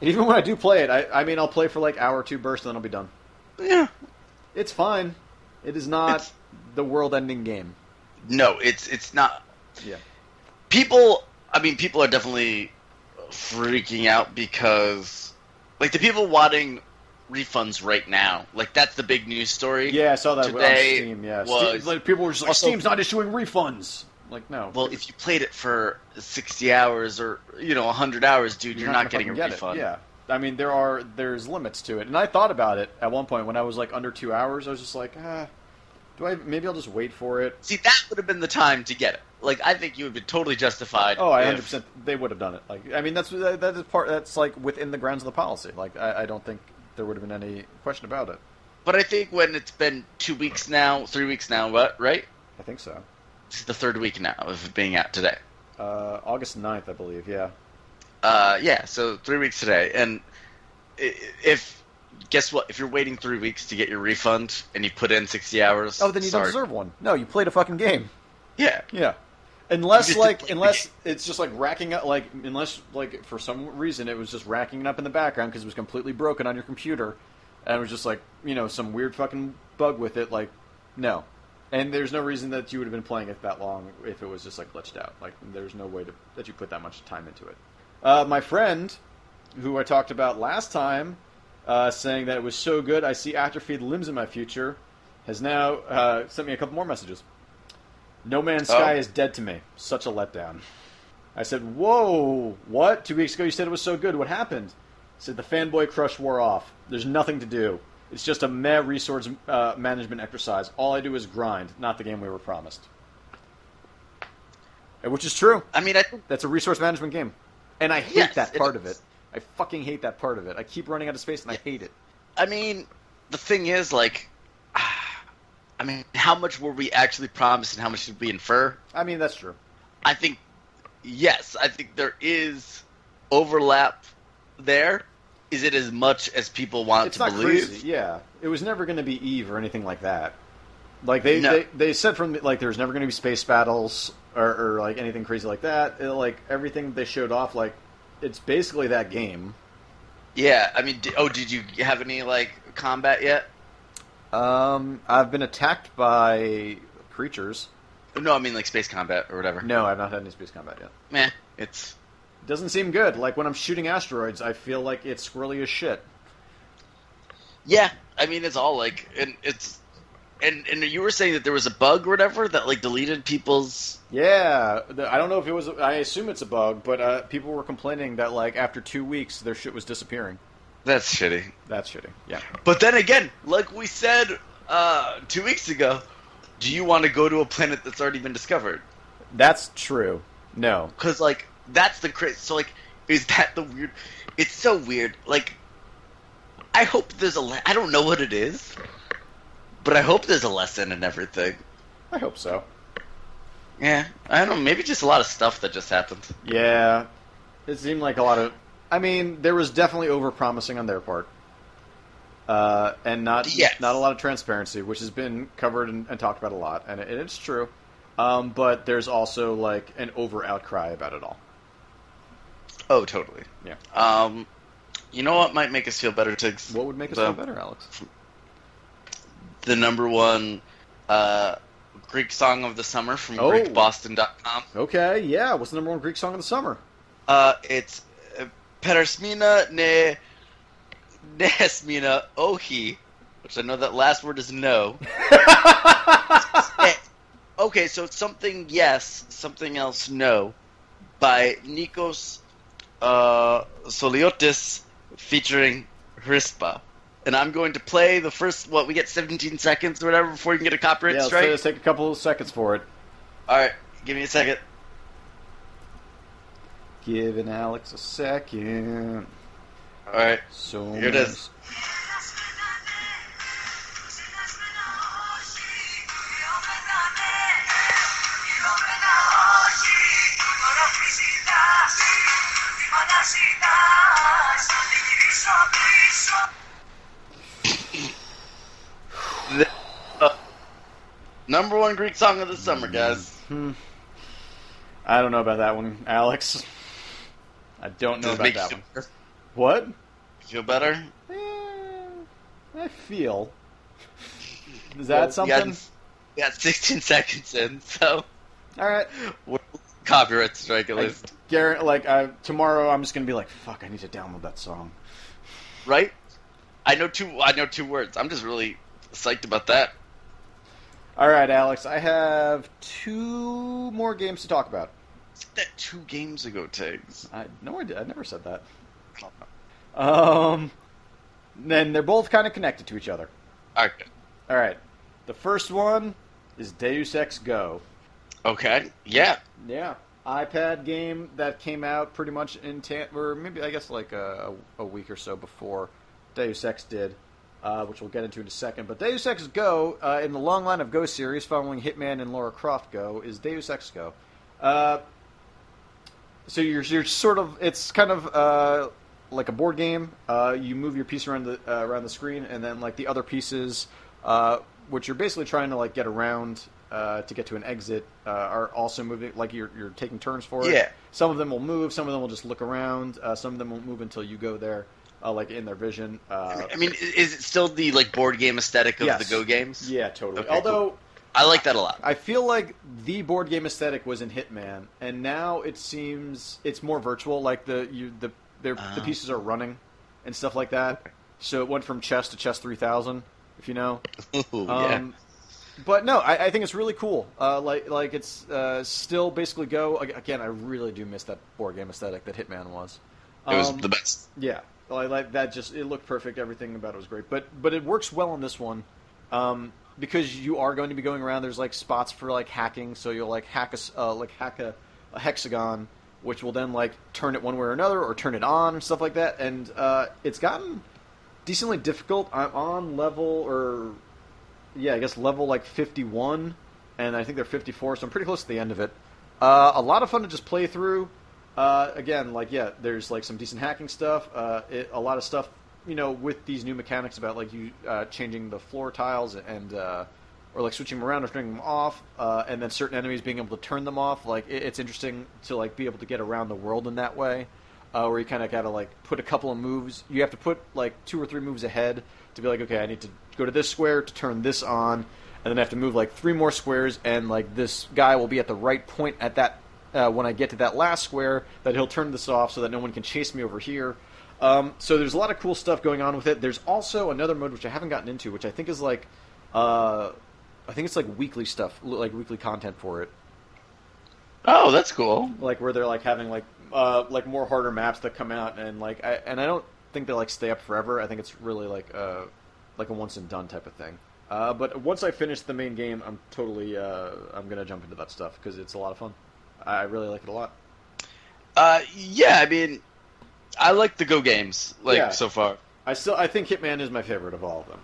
Speaker 1: And even when I do play it, I, I mean, I'll play for like hour or two bursts, and then I'll be done.
Speaker 2: yeah,
Speaker 1: It's fine. It is not
Speaker 2: It's-
Speaker 1: the world-ending game.
Speaker 2: no, it's it's not.
Speaker 1: Yeah.
Speaker 2: People, I mean, people are definitely freaking out because, like, the people wanting refunds right now, like that's the big news story.
Speaker 1: Yeah, I saw that
Speaker 2: today
Speaker 1: on Steam. Yeah,
Speaker 2: was-
Speaker 1: Steam, like, people were just like,
Speaker 2: Also-
Speaker 1: "Steam's not issuing refunds." Like, no.
Speaker 2: Well, if you played it for sixty hours or you know hundred hours, dude, you're, not,
Speaker 1: gonna
Speaker 2: getting a
Speaker 1: fucking get it.
Speaker 2: refund.
Speaker 1: Yeah, I mean there are there's limits to it, and I thought about it at one point when I was like under two hours. I was just like, ah, do I? Maybe I'll just wait for it.
Speaker 2: See, that would have been the time to get it. Like, I think you would have been totally justified.
Speaker 1: Oh, I
Speaker 2: if-
Speaker 1: hundred percent. They would have done it. Like, I mean, that's that, that is part. That's like within the grounds of the policy. Like, I, I don't think there would have been any question about it.
Speaker 2: But I think when it's been two weeks now, three weeks now, what, right?
Speaker 1: I think so.
Speaker 2: This is the third week now of it being out today.
Speaker 1: Uh, August 9th, I believe. Yeah.
Speaker 2: Uh, yeah, so three weeks today. And i- if, guess what? If you're waiting three weeks to get your refund and you put in 60 hours.
Speaker 1: Oh, then you
Speaker 2: sorry.
Speaker 1: don't deserve one. No, you played a fucking game.
Speaker 2: Yeah.
Speaker 1: Yeah.
Speaker 2: You
Speaker 1: Unless
Speaker 2: just
Speaker 1: like
Speaker 2: didn't
Speaker 1: unless it's just like racking up like unless like for some reason it was just racking up in the background because it was completely broken on your computer and it was just like you know some weird fucking bug with it like no and there's no reason that you would have been playing it that long if it was just like glitched out like there's no way to, that you put that much time into it. Uh, my friend who I talked about last time uh, saying that it was so good I see atrophied limbs in my future has now uh, sent me a couple more messages. No Man's
Speaker 2: Oh.
Speaker 1: Sky is dead to me. Such a letdown. I said, Whoa, what? Two weeks ago you said it was so good. What happened? I said, The fanboy crush wore off. There's nothing to do. It's just a meh resource uh, management exercise. All I do is grind, not the game we were promised. And Which is true.
Speaker 2: I mean, I think
Speaker 1: That's a resource management game. And I hate
Speaker 2: Yes,
Speaker 1: that
Speaker 2: it
Speaker 1: part of it.
Speaker 2: is.
Speaker 1: I fucking hate that part of it. I keep running out of space and I hate it.
Speaker 2: I mean, the thing is, like, ah, I mean, how much were we actually promised and how much did we infer?
Speaker 1: I mean, that's true.
Speaker 2: I think, yes, I think there is overlap there. Is it as much as people want
Speaker 1: it's
Speaker 2: to
Speaker 1: not
Speaker 2: believe?
Speaker 1: crazy. Yeah, it was never going to be Eve or anything like that. Like they,
Speaker 2: No.
Speaker 1: they, they said from like there was never going to be space battles or, or like anything crazy like that. It, like everything they showed off, like it's basically that game.
Speaker 2: Yeah, I mean, di- oh, did you have any like combat yet?
Speaker 1: Um, I've been attacked by creatures.
Speaker 2: No, I mean like space combat or whatever.
Speaker 1: No, I've not had any space combat yet.
Speaker 2: Meh, it's
Speaker 1: Doesn't seem good. Like when I'm shooting asteroids, I feel like it's squirrely as shit.
Speaker 2: yeah. I mean, it's all like, and it's, and and you were saying that there was a bug or whatever that like deleted people's.
Speaker 1: Yeah, the, I don't know if it was. I assume it's a bug, but uh, people were complaining that like after two weeks, their shit was disappearing.
Speaker 2: That's shitty.
Speaker 1: That's shitty. Yeah.
Speaker 2: But then again, like we said uh, two weeks ago, do you want to go to a planet that's already been discovered?
Speaker 1: That's true. No.
Speaker 2: Because like that's the crit. So like, is that the weird? It's so weird. Like, I hope there's a. Le- I don't know what it is, but I hope there's a lesson in everything.
Speaker 1: I hope so.
Speaker 2: Yeah, I don't. know. Maybe just a lot of stuff that just happened.
Speaker 1: Yeah. It seemed like a lot of. I mean, there was definitely over promising on their part. Uh, and not
Speaker 2: Yes.
Speaker 1: not a lot of transparency, which has been covered and, and talked about a lot, and it, it's true. Um, but there's also like an over outcry about it all.
Speaker 2: Oh, totally.
Speaker 1: Yeah.
Speaker 2: Um, you know what might make us feel better, Tiggs?
Speaker 1: What would make us
Speaker 2: The-
Speaker 1: feel better, Alex?
Speaker 2: The number one uh, Greek song of the summer from
Speaker 1: Oh.
Speaker 2: GreekBoston.com.
Speaker 1: Okay, yeah. What's the number one Greek song of the summer?
Speaker 2: Uh, it's uh, Peresmina ne Nesmina Ohi, which I know that last word is no. Eh, okay, so it's something yes, something else no, by Nikos uh, Soliotis featuring Hrispa. And I'm going to play the first, what, we get 17 seconds or whatever before you can get a copyright
Speaker 1: yeah, let's,
Speaker 2: strike?
Speaker 1: let's take a couple of seconds for it.
Speaker 2: All right, give me a second.
Speaker 1: Giving Alex a second.
Speaker 2: All right.
Speaker 1: So
Speaker 2: Here it is. The, uh, number one Greek song of the summer, guys.
Speaker 1: Hmm. I don't know about that one, Alex. I don't know
Speaker 2: Does it
Speaker 1: about
Speaker 2: make
Speaker 1: that
Speaker 2: you
Speaker 1: one. What?
Speaker 2: feel better?
Speaker 1: Eh, I feel. Is
Speaker 2: Well,
Speaker 1: that
Speaker 2: we
Speaker 1: something?
Speaker 2: got- We got 16 seconds in, so
Speaker 1: All right.
Speaker 2: we're copyright strike at
Speaker 1: Like,
Speaker 2: least,
Speaker 1: Garrett, like I, tomorrow, I'm just gonna be like, "Fuck, I need to download that song."
Speaker 2: right? I know two. I know two words. I'm just really psyched about that.
Speaker 1: All right, Alex, I have two more games to talk about.
Speaker 2: Said That two games ago, Tiggs.
Speaker 1: I no, I, did- I never said that. Um, then they're both kind of connected to each other.
Speaker 2: Okay.
Speaker 1: All right, the first one is Deus Ex Go.
Speaker 2: Okay. Yeah.
Speaker 1: Yeah, iPad game that came out pretty much in tan- or maybe I guess like a, a week or so before Deus Ex did, uh, which we'll get into in a second. But Deus Ex Go, uh, in the long line of Go series following Hitman and Laura Croft Go, is Deus Ex Go. Uh, so you're you're sort of it's kind of uh, like a board game. Uh, you move your piece around the uh, around the screen, and then like the other pieces, uh, which you're basically trying to like get around uh, to get to an exit, uh, are also moving. Like you're you're taking turns for it.
Speaker 2: Yeah.
Speaker 1: Some of them will move. Some of them will just look around. Uh, some of them won't move until you go there, uh, like in their vision. Uh,
Speaker 2: I mean, i- is it still the like board game aesthetic of
Speaker 1: Yes.
Speaker 2: the Go games?
Speaker 1: yeah, totally.
Speaker 2: Okay,
Speaker 1: Although.
Speaker 2: I like that a lot.
Speaker 1: I feel like the board game aesthetic was in Hitman, and now it seems it's more virtual. Like the you the they're the
Speaker 2: Ah.
Speaker 1: pieces are running and stuff like that. So it went from chess to chess three thousand, if you know.
Speaker 2: Ooh,
Speaker 1: Um, But no, I, I think it's really cool. Uh, like like it's uh, still basically go Ag- again. I really do miss that board game aesthetic that Hitman was.
Speaker 2: yeah. It was
Speaker 1: Um,
Speaker 2: the best.
Speaker 1: yeah, like, like that. Just it looked perfect. Everything about it was great. But but it works well on this one um, because you are going to be going around. There's like spots for like hacking, so you'll like hack a s- uh, like hack a, a hexagon, which will then like turn it one way or another, or turn it on and stuff like that. And uh, it's gotten decently difficult. I'm on level uh, or yeah, I guess level like 51, and I think they're 54, so I'm pretty close to the end of it. Uh, a lot of fun to just play through. Uh, again, like yeah, there's like some decent hacking stuff. Uh, it, a lot of stuff, you know, with these new mechanics about like you uh, changing the floor tiles and uh, or like switching them around or turning them off, uh, and then certain enemies being able to turn them off. Like it, it's interesting to like be able to get around the world in that way, uh, where you kind of gotta like put a couple of moves. You have to put like two or three moves ahead to be like, okay, I need to go to this square to turn this on, and then I have to move like three more squares, and like this guy will be at the right point at that uh, when I get to that last square that he'll turn this off so that no one can chase me over here. Um, so there's a lot of cool stuff going on with it. There's also another mode which I haven't gotten into, which I think is like, uh, I think it's like weekly stuff, like weekly content for it,
Speaker 2: Oh, that's cool.
Speaker 1: like where they're like having like uh, like more harder maps that come out and like I and I don't think they like stay up forever. I think it's really like uh like a once and done type of thing. Uh, but once I finish the main game, I'm totally uh, I'm gonna jump into that stuff because it's a lot of fun. I really like it a lot.
Speaker 2: Uh, yeah, I mean, I like the Go games like
Speaker 1: Yeah.
Speaker 2: so far.
Speaker 1: I still I think Hitman is my favorite of all of them.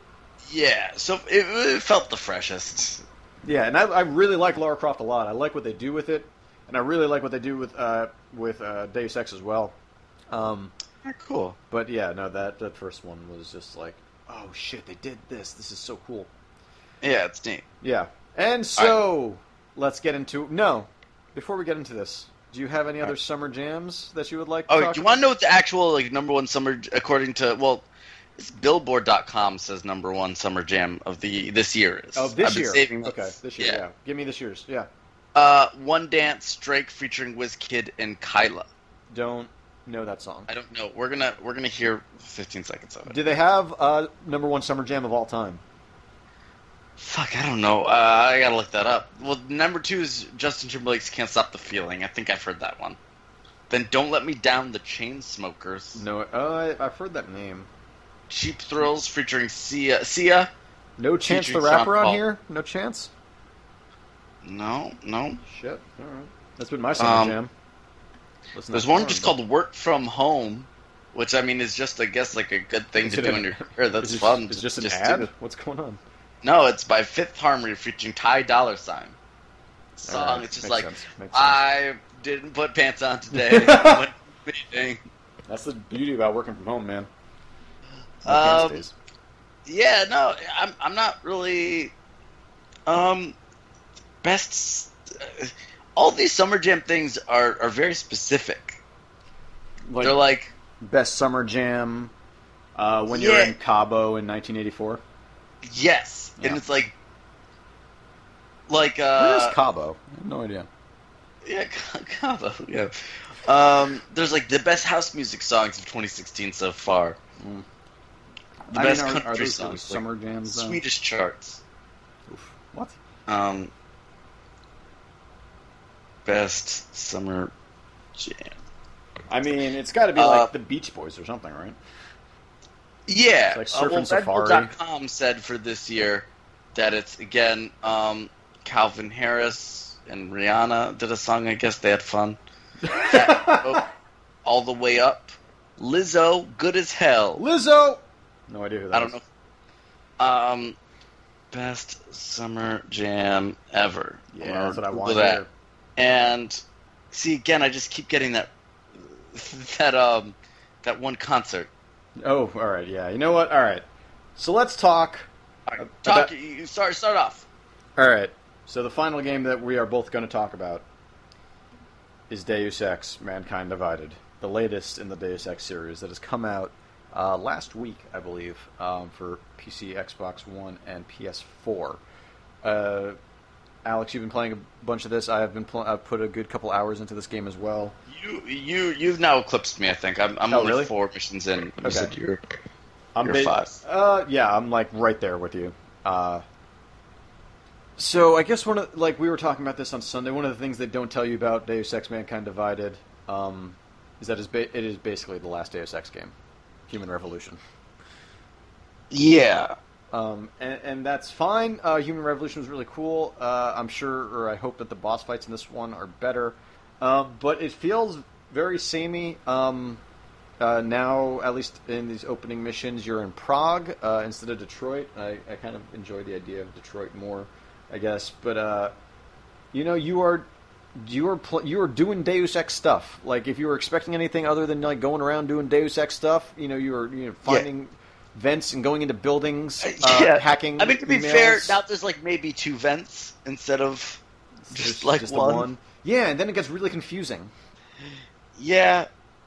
Speaker 2: Yeah, so it, it felt the freshest.
Speaker 1: Yeah, and I, I really like Lara Croft a lot. I like what they do with it, and I really like what they do with uh, with uh, Deus Ex as well. Um,
Speaker 2: Cool.
Speaker 1: but yeah, no, that that first one was just like, oh shit, they did this. This is so cool.
Speaker 2: Yeah, it's neat.
Speaker 1: Yeah, and so let's get into no. Before we get into this, do you have any other
Speaker 2: Alright.
Speaker 1: summer jams that you would like? to
Speaker 2: Oh,
Speaker 1: talk
Speaker 2: do you
Speaker 1: about?
Speaker 2: want to know what the actual like number one summer according to well, it's Billboard.com says number one summer jam of the this year is.
Speaker 1: Oh, this
Speaker 2: I've been
Speaker 1: year.
Speaker 2: saving this.
Speaker 1: Okay, this year. Yeah. give me this year's. Yeah,
Speaker 2: Uh, one dance Drake featuring Wizkid and Kyla.
Speaker 1: don't know that song.
Speaker 2: I don't know. We're gonna we're gonna hear 15 seconds of it.
Speaker 1: Do they have uh, number one summer jam of all time?
Speaker 2: Fuck, I don't know. Uh, I gotta look that up. Well, number two is Justin Timberlake's "Can't Stop the Feeling." I think I've heard that one. Then "Don't Let Me Down" the Chainsmokers.
Speaker 1: No, oh, I, I've heard that name.
Speaker 2: Cheap Thrills featuring Sia. Sia?
Speaker 1: No chance the
Speaker 2: Featuring Sean
Speaker 1: rapper on
Speaker 2: Paul.
Speaker 1: here? No chance?
Speaker 2: No, no.
Speaker 1: Shit. Alright. That's been my summer
Speaker 2: Um,
Speaker 1: jam. Listen to
Speaker 2: There's
Speaker 1: that
Speaker 2: one
Speaker 1: song,
Speaker 2: just
Speaker 1: but-
Speaker 2: called "Work from Home," which I mean is just, I guess, like a good thing
Speaker 1: Is
Speaker 2: to
Speaker 1: it
Speaker 2: do
Speaker 1: an-
Speaker 2: in your career. That's
Speaker 1: Is it-
Speaker 2: fun.
Speaker 1: Is it just an
Speaker 2: do
Speaker 1: ad?
Speaker 2: it.
Speaker 1: What's going on?
Speaker 2: No, it's by Fifth Harmony featuring Ty Dollar Sign. Song.
Speaker 1: Alright,
Speaker 2: it's just
Speaker 1: makes
Speaker 2: like
Speaker 1: sense, makes
Speaker 2: I didn't put pants on today. Went to the meeting.
Speaker 1: That's the beauty about working from home, man. No pants
Speaker 2: Um,
Speaker 1: days.
Speaker 2: Yeah, no, I'm I'm not really um best uh, all these summer jam things are are very specific.
Speaker 1: Like,
Speaker 2: They're like
Speaker 1: best summer jam uh, when you're
Speaker 2: Yeah.
Speaker 1: in Cabo in 1984.
Speaker 2: yes,
Speaker 1: Yeah.
Speaker 2: and it's like like
Speaker 1: Where
Speaker 2: uh
Speaker 1: is Cabo? I have no idea.
Speaker 2: yeah, Cabo, yeah. Um there's like the best house music songs of 2016 so far.
Speaker 1: Mm.
Speaker 2: The
Speaker 1: I
Speaker 2: best
Speaker 1: mean, are,
Speaker 2: country
Speaker 1: are those really
Speaker 2: songs, like
Speaker 1: summer jams? though?
Speaker 2: Swedish charts.
Speaker 1: Oof. What?
Speaker 2: Um, best summer jam.
Speaker 1: I mean, it's got to be
Speaker 2: Uh,
Speaker 1: like the Beach Boys or something, right?
Speaker 2: Yeah, uh,
Speaker 1: It's like Surf and Safari.
Speaker 2: Redbull.com said for this year that it's again um, Calvin Harris and Rihanna did a song. I guess they had fun. Oh, all the way up, Lizzo, good as hell.
Speaker 1: Lizzo. No idea who that
Speaker 2: I don't
Speaker 1: is.
Speaker 2: know. Um, best summer jam ever. I'm
Speaker 1: Yeah,
Speaker 2: gonna
Speaker 1: that's what I
Speaker 2: Google
Speaker 1: want to
Speaker 2: that.
Speaker 1: hear.
Speaker 2: And see again, I just keep getting that that um that one concert.
Speaker 1: Oh, all right. Yeah. You know what? All right. So let's talk.
Speaker 2: All
Speaker 1: Uh,
Speaker 2: right, talk.
Speaker 1: about-
Speaker 2: you- you start start off.
Speaker 1: All right. So the final game that we are both going to talk about is Deus Ex: Mankind Divided, the latest in the Deus Ex series that has come out uh, last week, I believe, um, for PC, Xbox One, and PS4. Uh, Alex, you've been playing a bunch of this. I have been. Pl- I've put a good couple hours into this game as well.
Speaker 2: You you you've now eclipsed me. I think I'm I'm
Speaker 1: Oh,
Speaker 2: only
Speaker 1: really?
Speaker 2: four missions in. You said you're-
Speaker 1: I'm
Speaker 2: You're
Speaker 1: ba-
Speaker 2: five.
Speaker 1: Uh, yeah, I'm like right there with you. Uh, so I guess one of like we were talking about this on Sunday. One of the things they don't tell you about Deus Ex: Mankind Divided um, is that it's ba- it is basically the last Deus Ex game, Human Revolution.
Speaker 2: Yeah.
Speaker 1: Um, and, and that's fine. Uh, Human Revolution was really cool. Uh, I'm sure, or I hope that the boss Uh, fights in this one are better. Um, but it feels very samey. Um, uh, now, at least in these opening missions, you're in Prague uh, instead of Detroit. I, I kind of enjoy the idea of Detroit more, I guess. But uh, you know, you are you are pl- you are doing Deus Ex stuff. Like if you were expecting anything other than like going around doing Deus Ex stuff, you know, you were you know, finding vents and going into buildings, uh,
Speaker 2: Yeah.
Speaker 1: hacking.
Speaker 2: I mean, to be
Speaker 1: emails.
Speaker 2: fair, now there's like maybe two vents instead of
Speaker 1: It's
Speaker 2: just, like
Speaker 1: the
Speaker 2: one.
Speaker 1: Yeah, and then it gets really confusing.
Speaker 2: Yeah.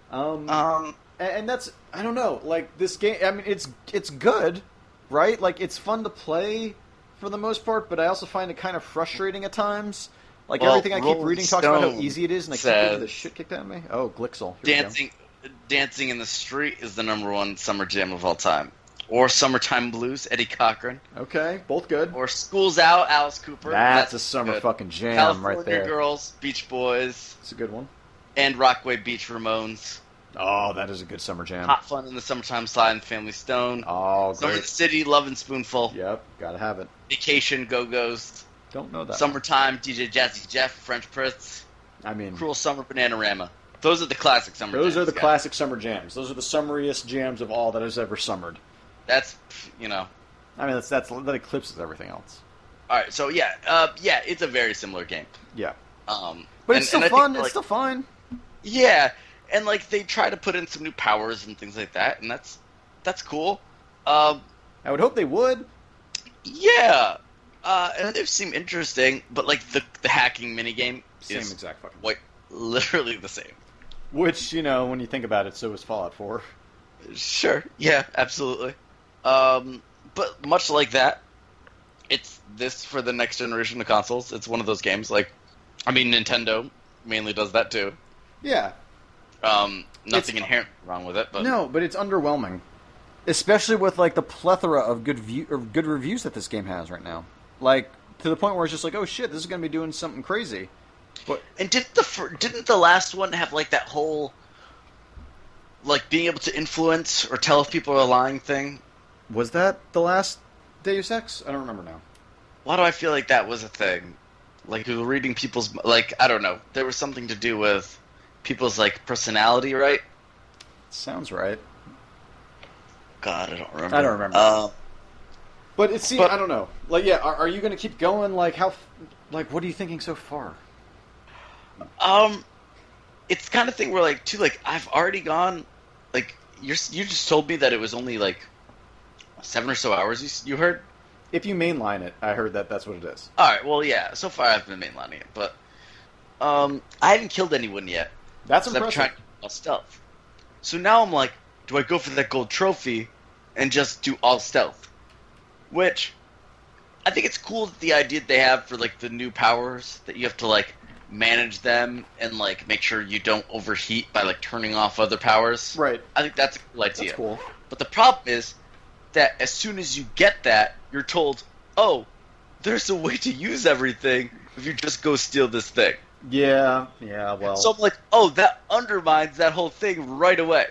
Speaker 1: Um,
Speaker 2: Um.
Speaker 1: and, and that's I don't know. Like this game, I mean, it's it's good, right? Like it's fun to play for the most part, but I also find it kind of frustrating at times. Like
Speaker 2: Well,
Speaker 1: everything I keep
Speaker 2: Rolling
Speaker 1: reading talks about how
Speaker 2: Stone
Speaker 1: easy it is, and I keep getting
Speaker 2: says-
Speaker 1: the shit kicked out of me. Oh, Glixel, Here we go.
Speaker 2: Dancing, dancing in the street is the number one summer jam of all time, or summertime blues, Eddie Cochran,
Speaker 1: Okay, both good.
Speaker 2: or schools out, Alice Cooper.
Speaker 1: That's a summer
Speaker 2: good.
Speaker 1: fucking jam
Speaker 2: California
Speaker 1: right there.
Speaker 2: Girls, Beach Boys,
Speaker 1: It's a good one.
Speaker 2: and Rockaway Beach Ramones.
Speaker 1: Oh, that is a good summer jam.
Speaker 2: Hot fun in the summertime slide and Family Stone.
Speaker 1: Oh,
Speaker 2: Summer in the
Speaker 1: great.
Speaker 2: City, Love and Spoonful,
Speaker 1: Yep, gotta have it.
Speaker 2: Vacation, Go Go's,
Speaker 1: Don't know that.
Speaker 2: Summertime, DJ Jazzy Jeff, French Prince,
Speaker 1: I mean,
Speaker 2: Cruel Summer, Bananarama. Those are the classic summer.
Speaker 1: Mm. those
Speaker 2: jams,
Speaker 1: are the
Speaker 2: guys.
Speaker 1: classic summer jams. Those are the summariest jams of all that has ever summered.
Speaker 2: That's you know.
Speaker 1: I mean, that's, that's that eclipses everything else.
Speaker 2: All right, so yeah, uh, yeah, it's a very similar game.
Speaker 1: Yeah,
Speaker 2: Um,
Speaker 1: but
Speaker 2: and-
Speaker 1: it's still
Speaker 2: and I think,
Speaker 1: fun.
Speaker 2: like,
Speaker 1: it's still fun.
Speaker 2: yeah, and like they try to put in some new powers and things like that, and that's that's cool. Um,
Speaker 1: I would hope they would.
Speaker 2: yeah, uh, and they seem interesting, but like the the hacking minigame
Speaker 1: Same
Speaker 2: is
Speaker 1: exact fucking.
Speaker 2: like literally the same.
Speaker 1: Which you know, when you think about it, so is Fallout Four.
Speaker 2: Sure, yeah, absolutely. Um, but much like that, it's this for the next generation of consoles. It's one of those games. Like, I mean, Nintendo mainly does that too.
Speaker 1: Yeah,
Speaker 2: Um, nothing
Speaker 1: It's-
Speaker 2: inherent wrong with it, but
Speaker 1: no, but it's underwhelming, especially with like the plethora of good view or good reviews that this game has right now. Like to the point where it's just like, oh shit, this is going to be doing something crazy. But
Speaker 2: And didn't the fir- didn't the last one have like that whole like being able to influence or tell if people are lying thing?
Speaker 1: was that the last Deus Ex? I don't remember now.
Speaker 2: Why do I feel like that was a thing? Like you were reading people's like I don't know. There was something to do with people's like personality, right?
Speaker 1: Sounds right.
Speaker 2: God, I don't remember.
Speaker 1: I don't remember.
Speaker 2: Uh,
Speaker 1: But it see,
Speaker 2: But-
Speaker 1: I don't know. Like, yeah, are, are you going to keep going? Like, how? f- Like, what are you thinking so far?
Speaker 2: um, it's the kind of thing where like too like I've already gone. Like you're s- you just told me that it was only like seven or so hours. You s- you heard.
Speaker 1: If you mainline it, I heard that that's what it is.
Speaker 2: All right. Well, yeah. So far, I've been mainlining it, but um, I haven't killed anyone yet.
Speaker 1: That's
Speaker 2: 'cause I'm
Speaker 1: impressive.
Speaker 2: trying to do all stealth. So now I'm like, do I go for that gold trophy and just do all stealth? Which I think it's cool that the idea they have for like the new powers that you have to like manage them and like make sure you don't overheat by like turning off other powers.
Speaker 1: Right.
Speaker 2: I think that's a cool
Speaker 1: That's
Speaker 2: idea.
Speaker 1: cool.
Speaker 2: But the problem is that as soon as you get that, you're told, "Oh, there's a way to use everything if you just go steal this thing."
Speaker 1: Yeah. Yeah. Well.
Speaker 2: So I'm like, "Oh, that undermines that whole thing right away."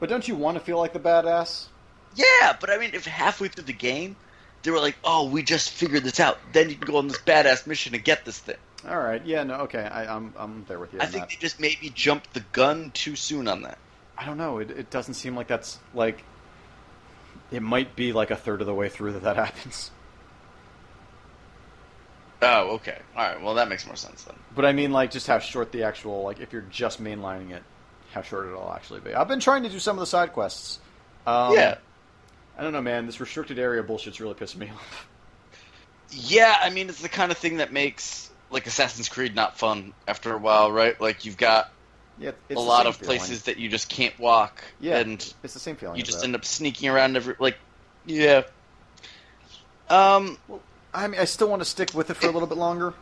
Speaker 1: but don't you want to feel like the badass?
Speaker 2: Yeah, but I mean, if halfway through the game they were like, "Oh, we just figured this out," then you can go on this badass mission and get this thing.
Speaker 1: All right. Yeah. No. Okay. I, I'm. I'm there with you.
Speaker 2: I
Speaker 1: on
Speaker 2: think
Speaker 1: that.
Speaker 2: they just maybe jumped the gun too soon on that.
Speaker 1: I don't know. It, it doesn't seem like that's like. It might be like a third of the way through that that happens.
Speaker 2: Oh, okay. All right. Well, that makes more sense then.
Speaker 1: But I mean, like, just how short the actual like if you're just mainlining it, how short it'll actually be. I've been trying to do some of the side quests. Um,
Speaker 2: yeah.
Speaker 1: I don't know, man. This restricted area bullshit's really pissing me off.
Speaker 2: Yeah, I mean it's the kind of thing that makes like Assassin's Creed not fun after a while, right? Like you've got
Speaker 1: Yeah, it's
Speaker 2: a
Speaker 1: the
Speaker 2: lot
Speaker 1: same
Speaker 2: of
Speaker 1: feeling.
Speaker 2: places that you just can't walk,
Speaker 1: Yeah,
Speaker 2: and
Speaker 1: it's the same feeling.
Speaker 2: you
Speaker 1: as
Speaker 2: just
Speaker 1: that.
Speaker 2: end up sneaking around every like, yeah. Um,
Speaker 1: I mean, I still want to stick with it for a little bit longer,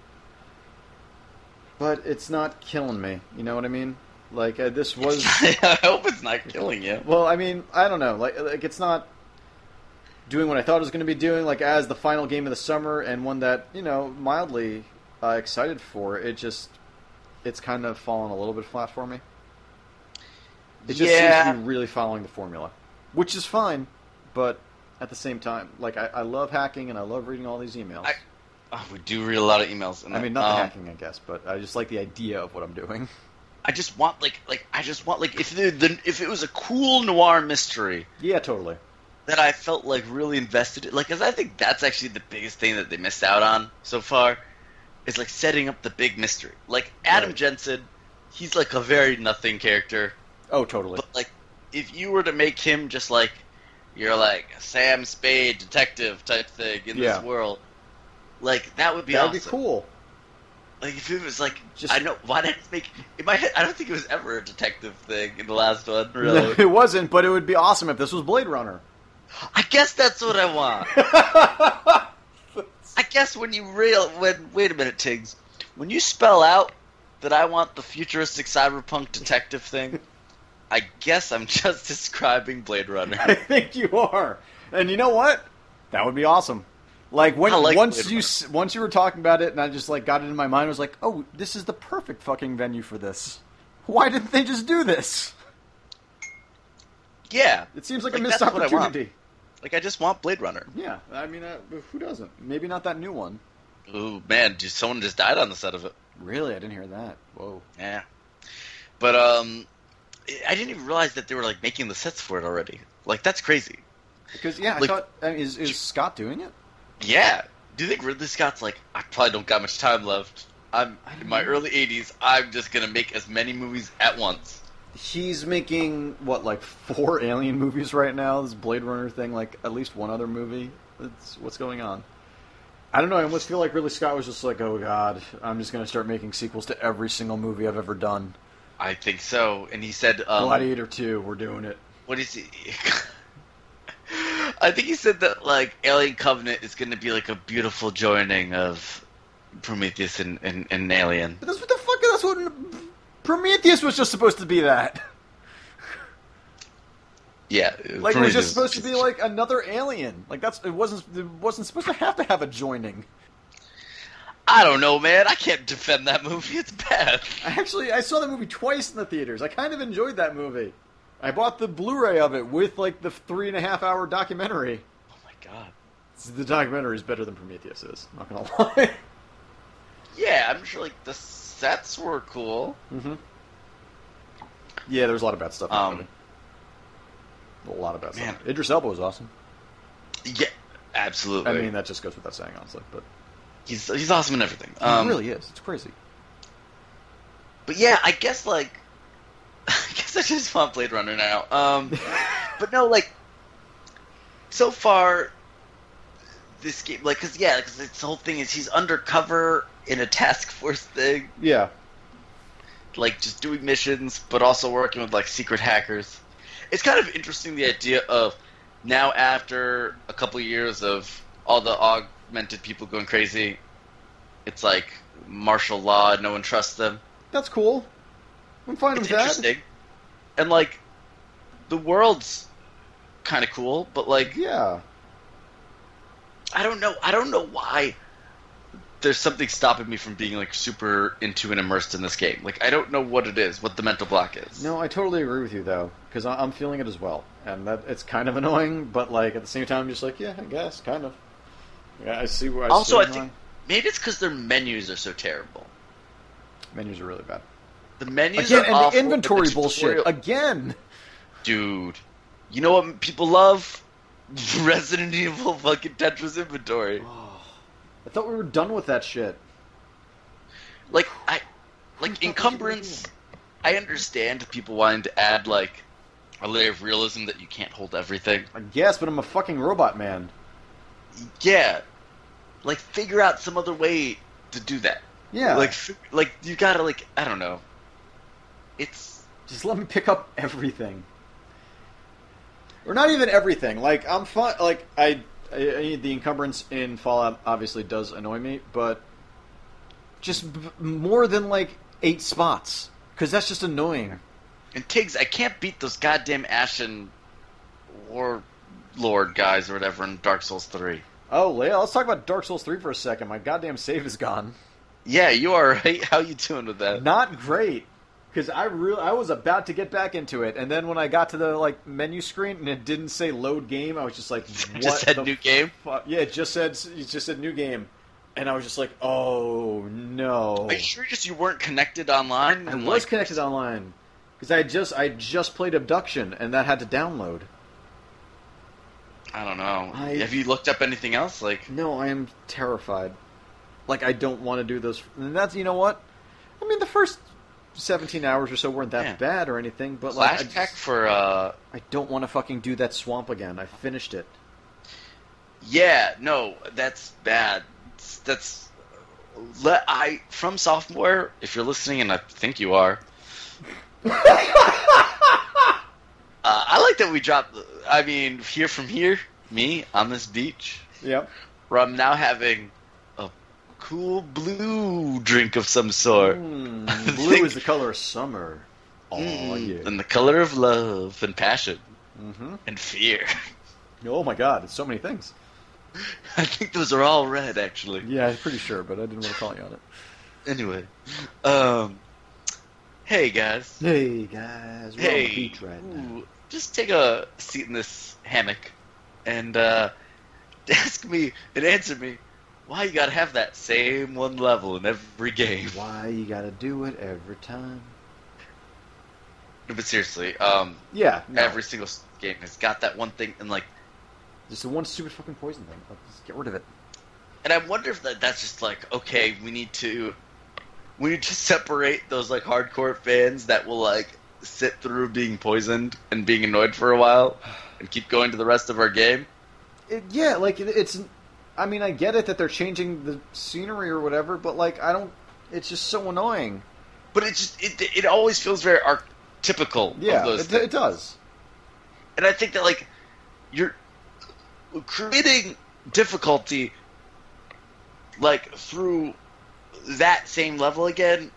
Speaker 1: but it's not killing me. You know what I mean? Like uh, this was.
Speaker 2: I hope it's not killing you.
Speaker 1: Well, I mean, I don't know. Like, like it's not doing what I thought it was going to be doing. Like as the final game of the summer and one that you know mildly uh, excited for. It just, it's kind of fallen a little bit flat for me. It just seems
Speaker 2: yeah,
Speaker 1: to be really following the formula, which is fine, but at the same time, like I, I love hacking and I love reading all these emails. I,
Speaker 2: I- oh, we do read a lot of emails. And
Speaker 1: mean, not the
Speaker 2: um,
Speaker 1: hacking, I guess, but I just like the idea of what I'm doing.
Speaker 2: I just want like like I just want like if the, the if it was a cool noir mystery
Speaker 1: Yeah, totally.
Speaker 2: that I felt like really invested in, like 'cause I think that's actually the biggest thing that they missed out on so far is like setting up the big mystery. Like Adam
Speaker 1: Right.
Speaker 2: Jensen, he's like a very nothing character.
Speaker 1: Oh, totally.
Speaker 2: But like, if you were to make him just like you're like a Sam Spade detective type thing in
Speaker 1: Yeah.
Speaker 2: this world, like that would be
Speaker 1: That'd be
Speaker 2: awesome.
Speaker 1: cool.
Speaker 2: Like if it was like
Speaker 1: Just-
Speaker 2: I know why did it make in my head I don't think it was ever a detective thing in the last one really.
Speaker 1: it wasn't, but it would be awesome if this was Blade Runner.
Speaker 2: I guess that's what I want. I guess when you real when wait a minute Tiggs, when you spell out that I want the futuristic cyberpunk detective thing, I guess I'm just describing Blade Runner.
Speaker 1: I think you are. And you know what? That would be awesome. Like when
Speaker 2: I like Blade
Speaker 1: once you
Speaker 2: Runner.
Speaker 1: s once you were talking about it, and I just like got it in my mind. I was like, oh, this is the perfect fucking venue for this. Why didn't they just do this?
Speaker 2: Yeah,
Speaker 1: It seems like, a
Speaker 2: Like,
Speaker 1: missed
Speaker 2: that's what I want.
Speaker 1: opportunity.
Speaker 2: Like I just want Blade Runner.
Speaker 1: Yeah, I mean, uh, who doesn't? Maybe not that new one.
Speaker 2: Ooh man, dude, someone just died on the set of it.
Speaker 1: Really, I didn't hear that. Whoa.
Speaker 2: Yeah, but um, I- I didn't even realize that they were like making the sets for it already. Like that's crazy.
Speaker 1: Because yeah, I
Speaker 2: Like-
Speaker 1: thought I mean, is is Scott doing it?
Speaker 2: Yeah. Do you think Ridley Scott's like I probably don't got much time left. I'm
Speaker 1: I don't
Speaker 2: in my
Speaker 1: know.
Speaker 2: early 80s. I'm just gonna make as many movies at once.
Speaker 1: He's making what like four Alien movies right now. This Blade Runner thing, like at least one other movie. It's, what's going on? I don't know. I almost feel like Ridley Scott was just like, "Oh God, I'm just going to start making sequels to every single movie I've ever done."
Speaker 2: I think so. And he said, um,
Speaker 1: Gladiator Two, we're doing it.
Speaker 2: "What is he?" I think he said that like Alien Covenant is gonna be like a beautiful joining of Prometheus and, and, and Alien.
Speaker 1: But that's what the fuck. That's what Prometheus was just supposed to be. That
Speaker 2: Yeah,
Speaker 1: like it
Speaker 2: Prometheus.
Speaker 1: was just supposed to be like another Alien. Like that's it wasn't it wasn't supposed to have to have a joining.
Speaker 2: I don't know, man. I can't defend that movie. It's bad.
Speaker 1: I Actually, I saw that movie twice in the theaters. I kind of enjoyed that movie. I bought the Blu-ray of it with like the three and a half hour documentary.
Speaker 2: Oh my god.
Speaker 1: The documentary is better than Prometheus is. Not gonna lie.
Speaker 2: Yeah, I'm sure like the sets were cool.
Speaker 1: mm-hmm. Yeah, there was a lot of bad stuff. In
Speaker 2: Um,
Speaker 1: that movie. a lot of bad
Speaker 2: man.
Speaker 1: stuff. Idris Elba was awesome.
Speaker 2: Yeah, absolutely.
Speaker 1: I mean, that just goes without saying, honestly. But
Speaker 2: he's he's awesome in everything.
Speaker 1: he
Speaker 2: Um,
Speaker 1: really is. It's crazy.
Speaker 2: But yeah, I guess like, I guess I just want Blade Runner now. Um, but no, like, so far, this game, like, cause yeah, cause this whole thing is he's undercover in a task force thing,
Speaker 1: Yeah.
Speaker 2: like just doing missions, but also working with like secret hackers. It's kind of interesting the idea of now after a couple years of all the augmented people going crazy, it's like martial law, no one trusts them.
Speaker 1: That's cool. I'm fine
Speaker 2: It's
Speaker 1: with that.
Speaker 2: interesting. And like the world's kind of cool, but like
Speaker 1: Yeah.
Speaker 2: I don't know, I don't know why there's something stopping me from being like super into and immersed in this game. Like I don't know what it is, what the mental block is.
Speaker 1: No, I totally agree with you though, because I'm feeling it as well, and that it's kind of annoying, but like at the same time, I'm just like, yeah, I guess, kind of. Yeah, I see. Where I
Speaker 2: Also,
Speaker 1: see
Speaker 2: I
Speaker 1: why.
Speaker 2: think maybe it's because their menus are so terrible.
Speaker 1: menus are really bad
Speaker 2: The menus
Speaker 1: again,
Speaker 2: are
Speaker 1: and
Speaker 2: awful,
Speaker 1: the inventory
Speaker 2: but the
Speaker 1: bullshit
Speaker 2: tutorial-
Speaker 1: again.
Speaker 2: dude. You know what people love? Resident Evil fucking Tetris inventory.
Speaker 1: I thought we were done with that shit.
Speaker 2: like I
Speaker 1: fuck
Speaker 2: like
Speaker 1: is
Speaker 2: encumbrance. I understand people wanting to add like a layer of realism that you can't hold everything.
Speaker 1: I guess, but I'm a fucking robot man.
Speaker 2: Yeah, like figure out some other way to do that.
Speaker 1: Yeah,
Speaker 2: Like fi- like you gotta like I don't know. It's
Speaker 1: just let me pick up everything, or not even everything. Like I'm fine. Like I, I, I the encumbrance in Fallout obviously does annoy me, but just b- more than like eight spots because that's just annoying.
Speaker 2: and Tiggs. I can't beat those goddamn Ashen Warlord guys or whatever in Dark Souls Three.
Speaker 1: Oh, Leia, let's talk about Dark Souls three for a second. My goddamn save is gone.
Speaker 2: Yeah, you are right. How you doing with that?
Speaker 1: Not great. Because I really, I was about to get back into it, and then when I got to the like menu screen and it didn't say load game, I was just like, "What
Speaker 2: Just said
Speaker 1: the
Speaker 2: new game.
Speaker 1: Fu- Yeah, it just said it just said new game. and I was just like, oh no.
Speaker 2: Are you sure just you weren't connected online?
Speaker 1: I
Speaker 2: And,
Speaker 1: was
Speaker 2: like,
Speaker 1: connected online because I had just I had just played Abduction and that had to download.
Speaker 2: I don't know.
Speaker 1: I-
Speaker 2: Have you looked up anything else? Like,
Speaker 1: No, I am terrified. Like I don't want to do those. And that's you know what? I mean, the first seventeen hours or so weren't that
Speaker 2: Yeah.
Speaker 1: bad or anything, but like I,
Speaker 2: Flash Tech
Speaker 1: just-
Speaker 2: for uh,
Speaker 1: I don't want to fucking do that swamp again. I finished it.
Speaker 2: Yeah, no, that's bad. That's let I from sophomore. If you're listening, and I think you are, uh, I like that we dropped. I mean, here from here, me on this beach,
Speaker 1: Yep.
Speaker 2: where I'm now having a cool blue drink of some sort,
Speaker 1: Mm, blue
Speaker 2: think-
Speaker 1: is the color of summer. Oh
Speaker 2: Mm,
Speaker 1: yeah.
Speaker 2: and the color of love and passion
Speaker 1: hmm
Speaker 2: and fear.
Speaker 1: Oh my god, it's so many things.
Speaker 2: I think those are all red, actually.
Speaker 1: Yeah, I'm pretty sure, but I didn't want to call you on it.
Speaker 2: Anyway, um, hey guys.
Speaker 1: Hey guys, we're on
Speaker 2: hey,
Speaker 1: the beach right now.
Speaker 2: ooh, just take a seat in this hammock and uh, ask me and answer me why you gotta have that same one level in every game.
Speaker 1: Why you gotta do it every time?
Speaker 2: No, But seriously, um,
Speaker 1: Yeah, no.
Speaker 2: every single s- game has got that one thing, and like,
Speaker 1: Just the one stupid fucking poison thing. Like, just get rid of it.
Speaker 2: and I wonder if that, that's just like, okay, we need to, we need to separate those like hardcore fans that will like sit through being poisoned and being annoyed for a while and keep going to the rest of our game.
Speaker 1: It- yeah, like it, it's. I mean, I get it that they're changing the scenery or whatever, but like, I don't. It's just so annoying.
Speaker 2: But it just it, it always feels very archetypical
Speaker 1: Yeah,
Speaker 2: of those
Speaker 1: it, it
Speaker 2: things.
Speaker 1: does.
Speaker 2: And I think that like you're creating difficulty like through that same level again.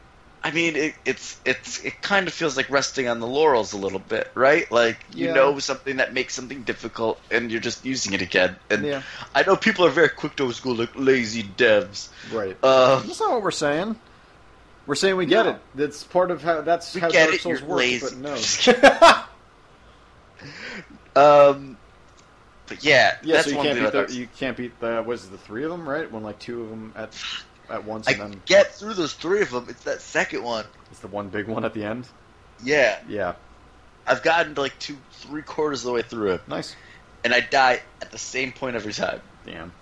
Speaker 2: I mean, it, it's it's it kind of feels like resting on the laurels a little bit, right? Like you
Speaker 1: Yeah.
Speaker 2: know something that makes something difficult, and you're just using it again. And
Speaker 1: Yeah,
Speaker 2: I know people are very quick to school like lazy devs.
Speaker 1: right.
Speaker 2: Um,
Speaker 1: That's not what we're saying. We're saying we get
Speaker 2: No.
Speaker 1: it. That's part of how. That's
Speaker 2: We
Speaker 1: how
Speaker 2: get
Speaker 1: Dark
Speaker 2: it,
Speaker 1: Souls
Speaker 2: you're
Speaker 1: works.
Speaker 2: lazy.
Speaker 1: But no.
Speaker 2: um, but yeah,
Speaker 1: Yeah,
Speaker 2: that's
Speaker 1: so you
Speaker 2: one
Speaker 1: can't
Speaker 2: thing
Speaker 1: beat
Speaker 2: about
Speaker 1: the, you can't beat the what is it, the three of them, right? When like two of them at at once,
Speaker 2: I
Speaker 1: and then
Speaker 2: get through those three of them. It's that second one.
Speaker 1: it's the one big one at the end.
Speaker 2: Yeah,
Speaker 1: Yeah,
Speaker 2: I've gotten to like two, three quarters of the way through it,
Speaker 1: nice.
Speaker 2: and I die at the same point every time.
Speaker 1: Damn.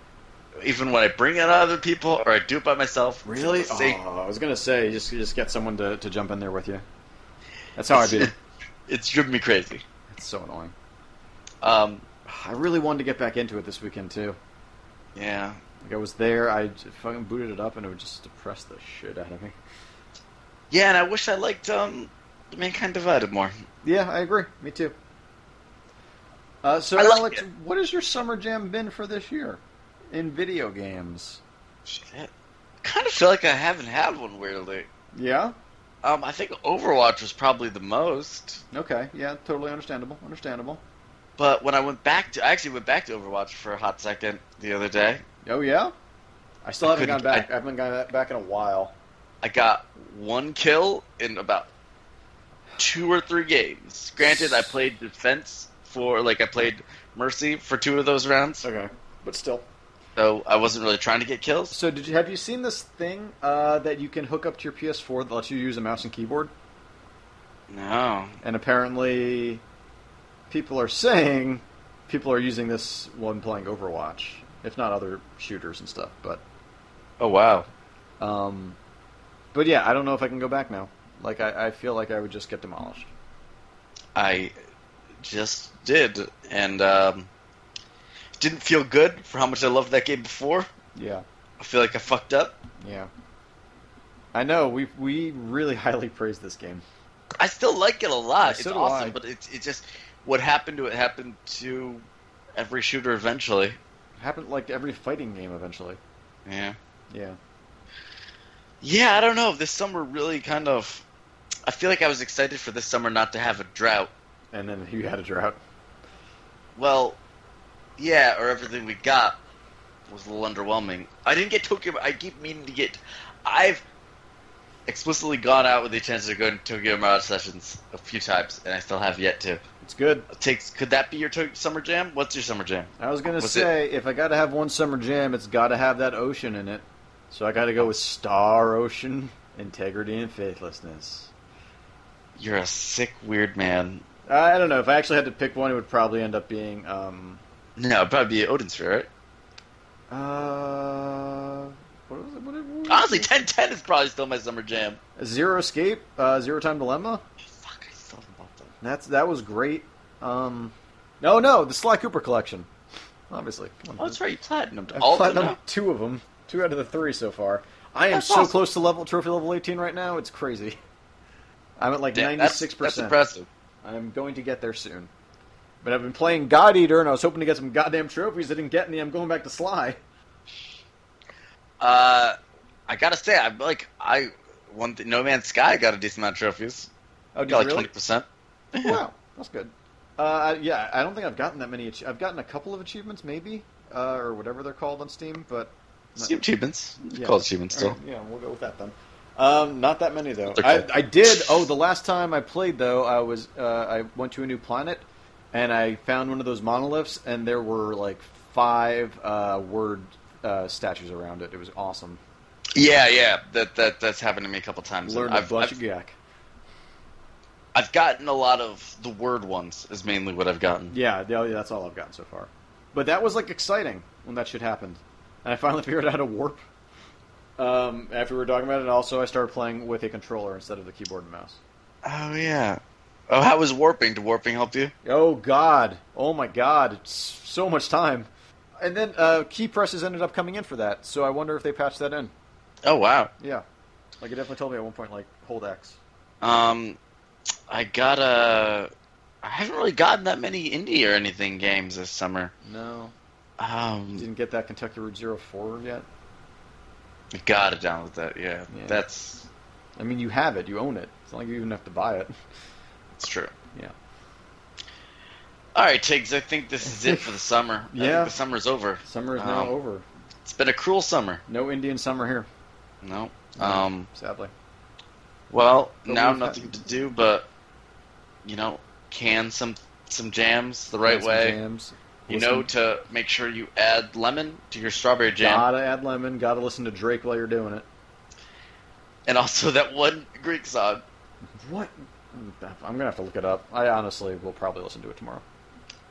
Speaker 2: Even when I bring it on other people or I do it by myself. it's
Speaker 1: Really?
Speaker 2: the same-
Speaker 1: Oh, I was gonna say, you just you just get someone to, to jump in there with you. That's how I beat it.
Speaker 2: It's driven me crazy.
Speaker 1: It's so annoying.
Speaker 2: Um,
Speaker 1: I really wanted to get back into it this weekend too.
Speaker 2: yeah.
Speaker 1: Like I was there, I j- fucking booted it up, and it would just depress the shit out of me.
Speaker 2: Yeah, and I wish I liked um, Mankind Divided more.
Speaker 1: Yeah, I agree. Me too. Uh, so,
Speaker 2: I like
Speaker 1: Alex,
Speaker 2: it.
Speaker 1: what has your summer jam been for this year in video games?
Speaker 2: Shit. Kind of feel like I haven't had one weirdly.
Speaker 1: Yeah.
Speaker 2: Um, I think Overwatch was probably the most.
Speaker 1: Okay. Yeah. Totally understandable. Understandable.
Speaker 2: But when I went back to, I actually went back to Overwatch for a hot second the other day.
Speaker 1: Oh yeah. I still
Speaker 2: I
Speaker 1: haven't gone
Speaker 2: couldn't-
Speaker 1: back. I, haven't gone ba- back in a while.
Speaker 2: I got one kill in about two or three games. Granted, I played defense for like I played mercy for two of those rounds,
Speaker 1: Okay. But still.
Speaker 2: so I wasn't really trying to get kills.
Speaker 1: So did you have you seen this thing uh, that you can hook up to your PS4 that lets you use a mouse and keyboard?
Speaker 2: No,
Speaker 1: And apparently, people are saying people are using this when playing Overwatch, if not other shooters and stuff. But
Speaker 2: oh wow,
Speaker 1: Um, but yeah, I don't know if I can go back now. Like I, I feel like I would just get demolished.
Speaker 2: I just did, and um, didn't feel good for how much I loved that game before.
Speaker 1: Yeah,
Speaker 2: I feel like I fucked up.
Speaker 1: yeah. I know we we really highly praised this game.
Speaker 2: I still like it a
Speaker 1: Yeah,
Speaker 2: lot.
Speaker 1: so
Speaker 2: it's
Speaker 1: do
Speaker 2: awesome,
Speaker 1: I.
Speaker 2: but it's it just what happened to it happened to every shooter eventually.
Speaker 1: It happened like every fighting game eventually.
Speaker 2: Yeah.
Speaker 1: Yeah,
Speaker 2: Yeah, I don't know. This summer really kind of. I feel like I was excited for this summer not to have a drought.
Speaker 1: and then you had a drought.
Speaker 2: Well, yeah, or everything we got was a little underwhelming. I didn't get Tokyo. I keep meaning to get. I've explicitly gone out with the intention of going to Tokyo Mirage sessions a few times, and I still have yet to.
Speaker 1: It's good.
Speaker 2: Takes could that be your to- summer jam? What's your summer jam?
Speaker 1: I was gonna
Speaker 2: Was
Speaker 1: say if I got to have one summer jam, it's got to have that ocean in it. So I got to go with Star Ocean, Integrity, and Faithlessness.
Speaker 2: You're a sick, weird man.
Speaker 1: I don't know. If I actually had to pick one, it would probably end up being. Um,
Speaker 2: No, it'd probably be Odin Sphere, right?
Speaker 1: uh, what was it? What it- what
Speaker 2: Honestly,
Speaker 1: was
Speaker 2: ten ten is probably still my summer jam.
Speaker 1: it? Zero Escape, uh, Zero Time Dilemma.
Speaker 2: Fuck, I still haven't bought them.
Speaker 1: That's that was great. Um, no, no, the Sly Cooper collection, obviously. Come
Speaker 2: Oh,
Speaker 1: on.
Speaker 2: that's right, you platinumed
Speaker 1: I've
Speaker 2: all of them
Speaker 1: platinum
Speaker 2: now.
Speaker 1: two of them, two out of the three so far. I am
Speaker 2: That's
Speaker 1: so
Speaker 2: awesome.
Speaker 1: close to level trophy level eighteen right now. It's crazy. I'm at like
Speaker 2: Damn,
Speaker 1: ninety
Speaker 2: that's-
Speaker 1: six
Speaker 2: That's
Speaker 1: percent.
Speaker 2: impressive.
Speaker 1: I'm going to get there soon. But I've been playing God Eater, and I was hoping to get some goddamn trophies. I didn't get any. I'm going back to Sly.
Speaker 2: Uh, I gotta say, I'm like, I one th- No Man's Sky got a decent amount of trophies.
Speaker 1: Oh, did
Speaker 2: got like
Speaker 1: you
Speaker 2: twenty
Speaker 1: really?
Speaker 2: percent.
Speaker 1: Wow, that's good. Uh, I- yeah, I don't think I've gotten that many. Ach- I've gotten a couple of achievements, maybe, uh, or whatever they're called on Steam. But
Speaker 2: Steam achievements.
Speaker 1: Yeah.
Speaker 2: Call it achievements still.
Speaker 1: All right, yeah, we'll go with that then. Um, not that many though.
Speaker 2: Okay.
Speaker 1: I, I did. Oh, the last time I played though, I was uh, I went to a new planet, and I found one of those monoliths, and there were like five uh, word uh, statues around it. It was awesome.
Speaker 2: Yeah, yeah. That that that's happened to me a couple times.
Speaker 1: Learned a
Speaker 2: I've,
Speaker 1: bunch
Speaker 2: I've,
Speaker 1: of yak.
Speaker 2: I've gotten a lot of the word ones is mainly what I've gotten.
Speaker 1: Yeah, oh, yeah, yeah, that's all I've gotten so far. But that was like exciting when that shit happened, and I finally figured out how to warp. Um, after we were talking about it, and also I started playing with a controller instead of the keyboard and mouse.
Speaker 2: Oh yeah. Oh, how was warping? Did warping help you?
Speaker 1: Oh God! Oh my God! It's so much time. And then uh, key presses ended up coming in for that, so I wonder if they patched that in.
Speaker 2: Oh wow.
Speaker 1: Yeah, like it definitely told me at one point, like hold X.
Speaker 2: Um, I got a. I haven't really gotten that many indie or anything games this summer.
Speaker 1: No,
Speaker 2: Um,
Speaker 1: didn't get that Kentucky Route Zero forward yet.
Speaker 2: I gotta download that. Yeah,
Speaker 1: Yeah.
Speaker 2: that's
Speaker 1: I mean, you have it, you own it. It's not like you even have to buy it.
Speaker 2: that's true.
Speaker 1: Yeah.
Speaker 2: All right, Tiggs. I think this is it for the summer. I
Speaker 1: Yeah.
Speaker 2: think the summer's over.
Speaker 1: Summer is now
Speaker 2: Um,
Speaker 1: over.
Speaker 2: It's been a cruel summer.
Speaker 1: No Indian summer here,
Speaker 2: No. Um.
Speaker 1: sadly.
Speaker 2: Well,
Speaker 1: But
Speaker 2: now
Speaker 1: we've had-
Speaker 2: nothing to do but, you know, can some some jams the right
Speaker 1: Nice
Speaker 2: way.
Speaker 1: Jams.
Speaker 2: You know
Speaker 1: Listen-
Speaker 2: to make sure you add lemon to your strawberry jam,
Speaker 1: gotta add lemon. Gotta listen to Drake while you're doing it.
Speaker 2: and also that one Greek song.
Speaker 1: What? I'm gonna have to look it up. I honestly will probably listen to it tomorrow.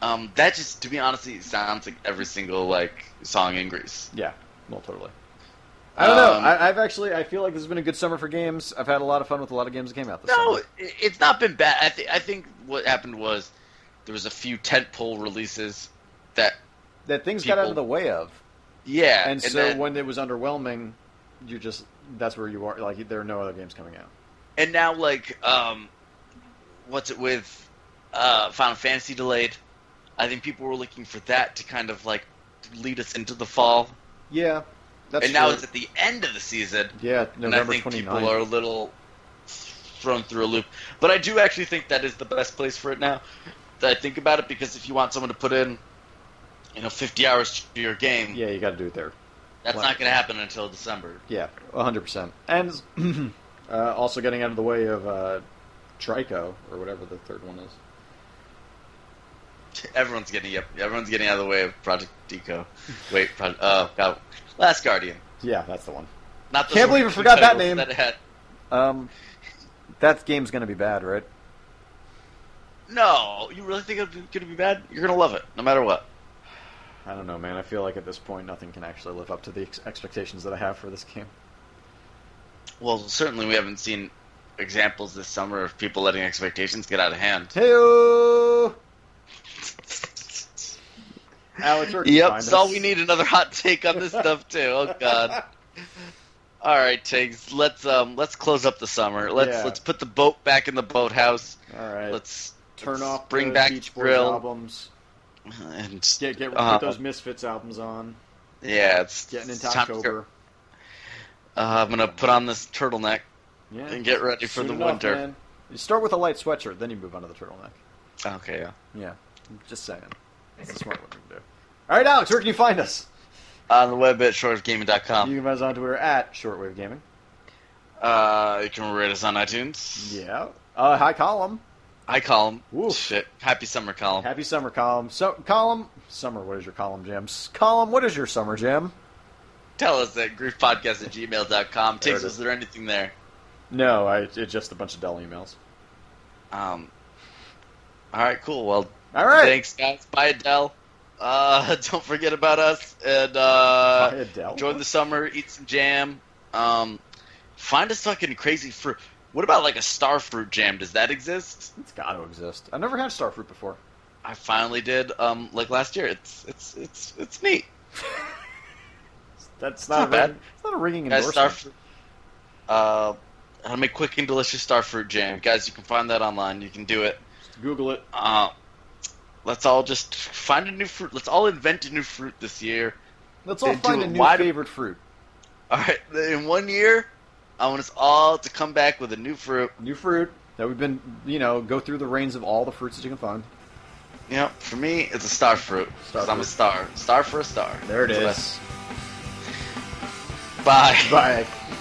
Speaker 2: Um, that just, to be honest, it sounds like every single like song in Greece.
Speaker 1: Yeah, well, totally. I don't know.
Speaker 2: Um,
Speaker 1: I, I've actually, I feel like this has been a good summer for games. I've had a lot of fun with a lot of games that came out this
Speaker 2: No,
Speaker 1: summer.
Speaker 2: it, it's not been bad. I think I think what happened was there was a few tentpole releases that
Speaker 1: That things got
Speaker 2: people-
Speaker 1: out of the way of,
Speaker 2: yeah,
Speaker 1: and, so
Speaker 2: then-
Speaker 1: when it was underwhelming, you just that's where you are. Like there are no other games coming out.
Speaker 2: and now like um what's it with uh final fantasy delayed i think people were looking for that to kind of like lead us into the fall
Speaker 1: Yeah, that's
Speaker 2: and now
Speaker 1: true.
Speaker 2: it's at the end of the season
Speaker 1: yeah
Speaker 2: and i
Speaker 1: November
Speaker 2: think
Speaker 1: 29th.
Speaker 2: people are a little thrown through a loop but i do actually think that is the best place for it now that i think about it because if you want someone to put in you know 50 hours to your game
Speaker 1: Yeah, you got to do it there.
Speaker 2: that's
Speaker 1: Wow.
Speaker 2: not going to happen until december
Speaker 1: Yeah, 100. percent And uh, also getting out of the way of uh, Trico or whatever the third one is.
Speaker 2: everyone's getting yep, everyone's getting out of the way of project deco wait project, oh god last guardian
Speaker 1: Yeah, that's the one.
Speaker 2: Not the
Speaker 1: Can't believe I
Speaker 2: sort of
Speaker 1: forgot that
Speaker 2: titles
Speaker 1: name.
Speaker 2: it had.
Speaker 1: Um, that game's gonna be bad, right?
Speaker 2: No, you really think it's going to be bad? You're going to love it, no matter what.
Speaker 1: I don't know, man. I feel like at this point, nothing can actually live up to the ex- expectations that I have for this game.
Speaker 2: Well, certainly we haven't seen examples this summer of people letting expectations get out of hand.
Speaker 1: Heyo, Alex. where can you
Speaker 2: Yep,
Speaker 1: find
Speaker 2: that's all
Speaker 1: us?
Speaker 2: we need another hot take on this stuff too. Oh god. All right, Tiggs, let's um let's close up the summer. Let's
Speaker 1: Yeah.
Speaker 2: let's put the boat back in the boathouse.
Speaker 1: All right,
Speaker 2: Let's
Speaker 1: turn
Speaker 2: let's
Speaker 1: off
Speaker 2: bring
Speaker 1: the
Speaker 2: back
Speaker 1: Beach Boys
Speaker 2: grill
Speaker 1: albums.
Speaker 2: and
Speaker 1: Get get
Speaker 2: Uh,
Speaker 1: put those Misfits albums on.
Speaker 2: yeah, it's
Speaker 1: Getting into
Speaker 2: it's time to go-
Speaker 1: October.
Speaker 2: Uh, I'm gonna put on this turtleneck
Speaker 1: Yeah,
Speaker 2: and get ready for
Speaker 1: Soon
Speaker 2: the
Speaker 1: enough,
Speaker 2: winter.
Speaker 1: man. You start with a light sweatshirt, then you move on to the turtleneck.
Speaker 2: Okay, yeah.
Speaker 1: Yeah, just saying. It's a smart one to do. All right, Alex, where can you find us?
Speaker 2: on the web at shortofgaming.com.
Speaker 1: You can find us on Twitter at Shortwave Gaming.
Speaker 2: Uh, you can rate us on iTunes.
Speaker 1: Yeah. Uh, hi, Column.
Speaker 2: I column.
Speaker 1: Oof.
Speaker 2: Shit. Happy summer column.
Speaker 1: Happy summer column. So column summer. What is your column jam? S- Column. What is your summer jam?
Speaker 2: tell us at griefpodcast at gmail.com.
Speaker 1: There it
Speaker 2: Tiggs,
Speaker 1: is.
Speaker 2: is there anything there?
Speaker 1: No, I, it's just a bunch of dull emails.
Speaker 2: Um, all right, cool. Well,
Speaker 1: All right.
Speaker 2: thanks, guys. Bye, Adele. Uh, don't forget about us. And uh,
Speaker 1: Bye, Adele.
Speaker 2: Enjoy the summer, eat some jam. Um, find us fucking crazy fruit. What about like a star fruit jam? Does that exist?
Speaker 1: It's got to exist. I never had starfruit before.
Speaker 2: I finally did um, like last year. It's it's it's it's neat.
Speaker 1: That's
Speaker 2: not
Speaker 1: not, a ring-
Speaker 2: bad.
Speaker 1: It's not a ringing
Speaker 2: Guys,
Speaker 1: endorsement.
Speaker 2: starfruit. Uh, how to make quick and delicious star fruit jam, guys? You can find that online. You can do it.
Speaker 1: Just Google it.
Speaker 2: Uh, let's all just find a new fruit. Let's all invent a new fruit this year.
Speaker 1: Let's
Speaker 2: They
Speaker 1: all
Speaker 2: do
Speaker 1: find
Speaker 2: it
Speaker 1: a new
Speaker 2: wide-
Speaker 1: favorite fruit.
Speaker 2: All right, in one year, I want us all to come back with a new fruit.
Speaker 1: New fruit that we've been, you know, go through the reins of all the fruits that you can find.
Speaker 2: You know, for me, it's a star fruit. 'cause I'm a star. Star for a star.
Speaker 1: There it
Speaker 2: That's what
Speaker 1: is.
Speaker 2: I- Bye.
Speaker 1: Bye.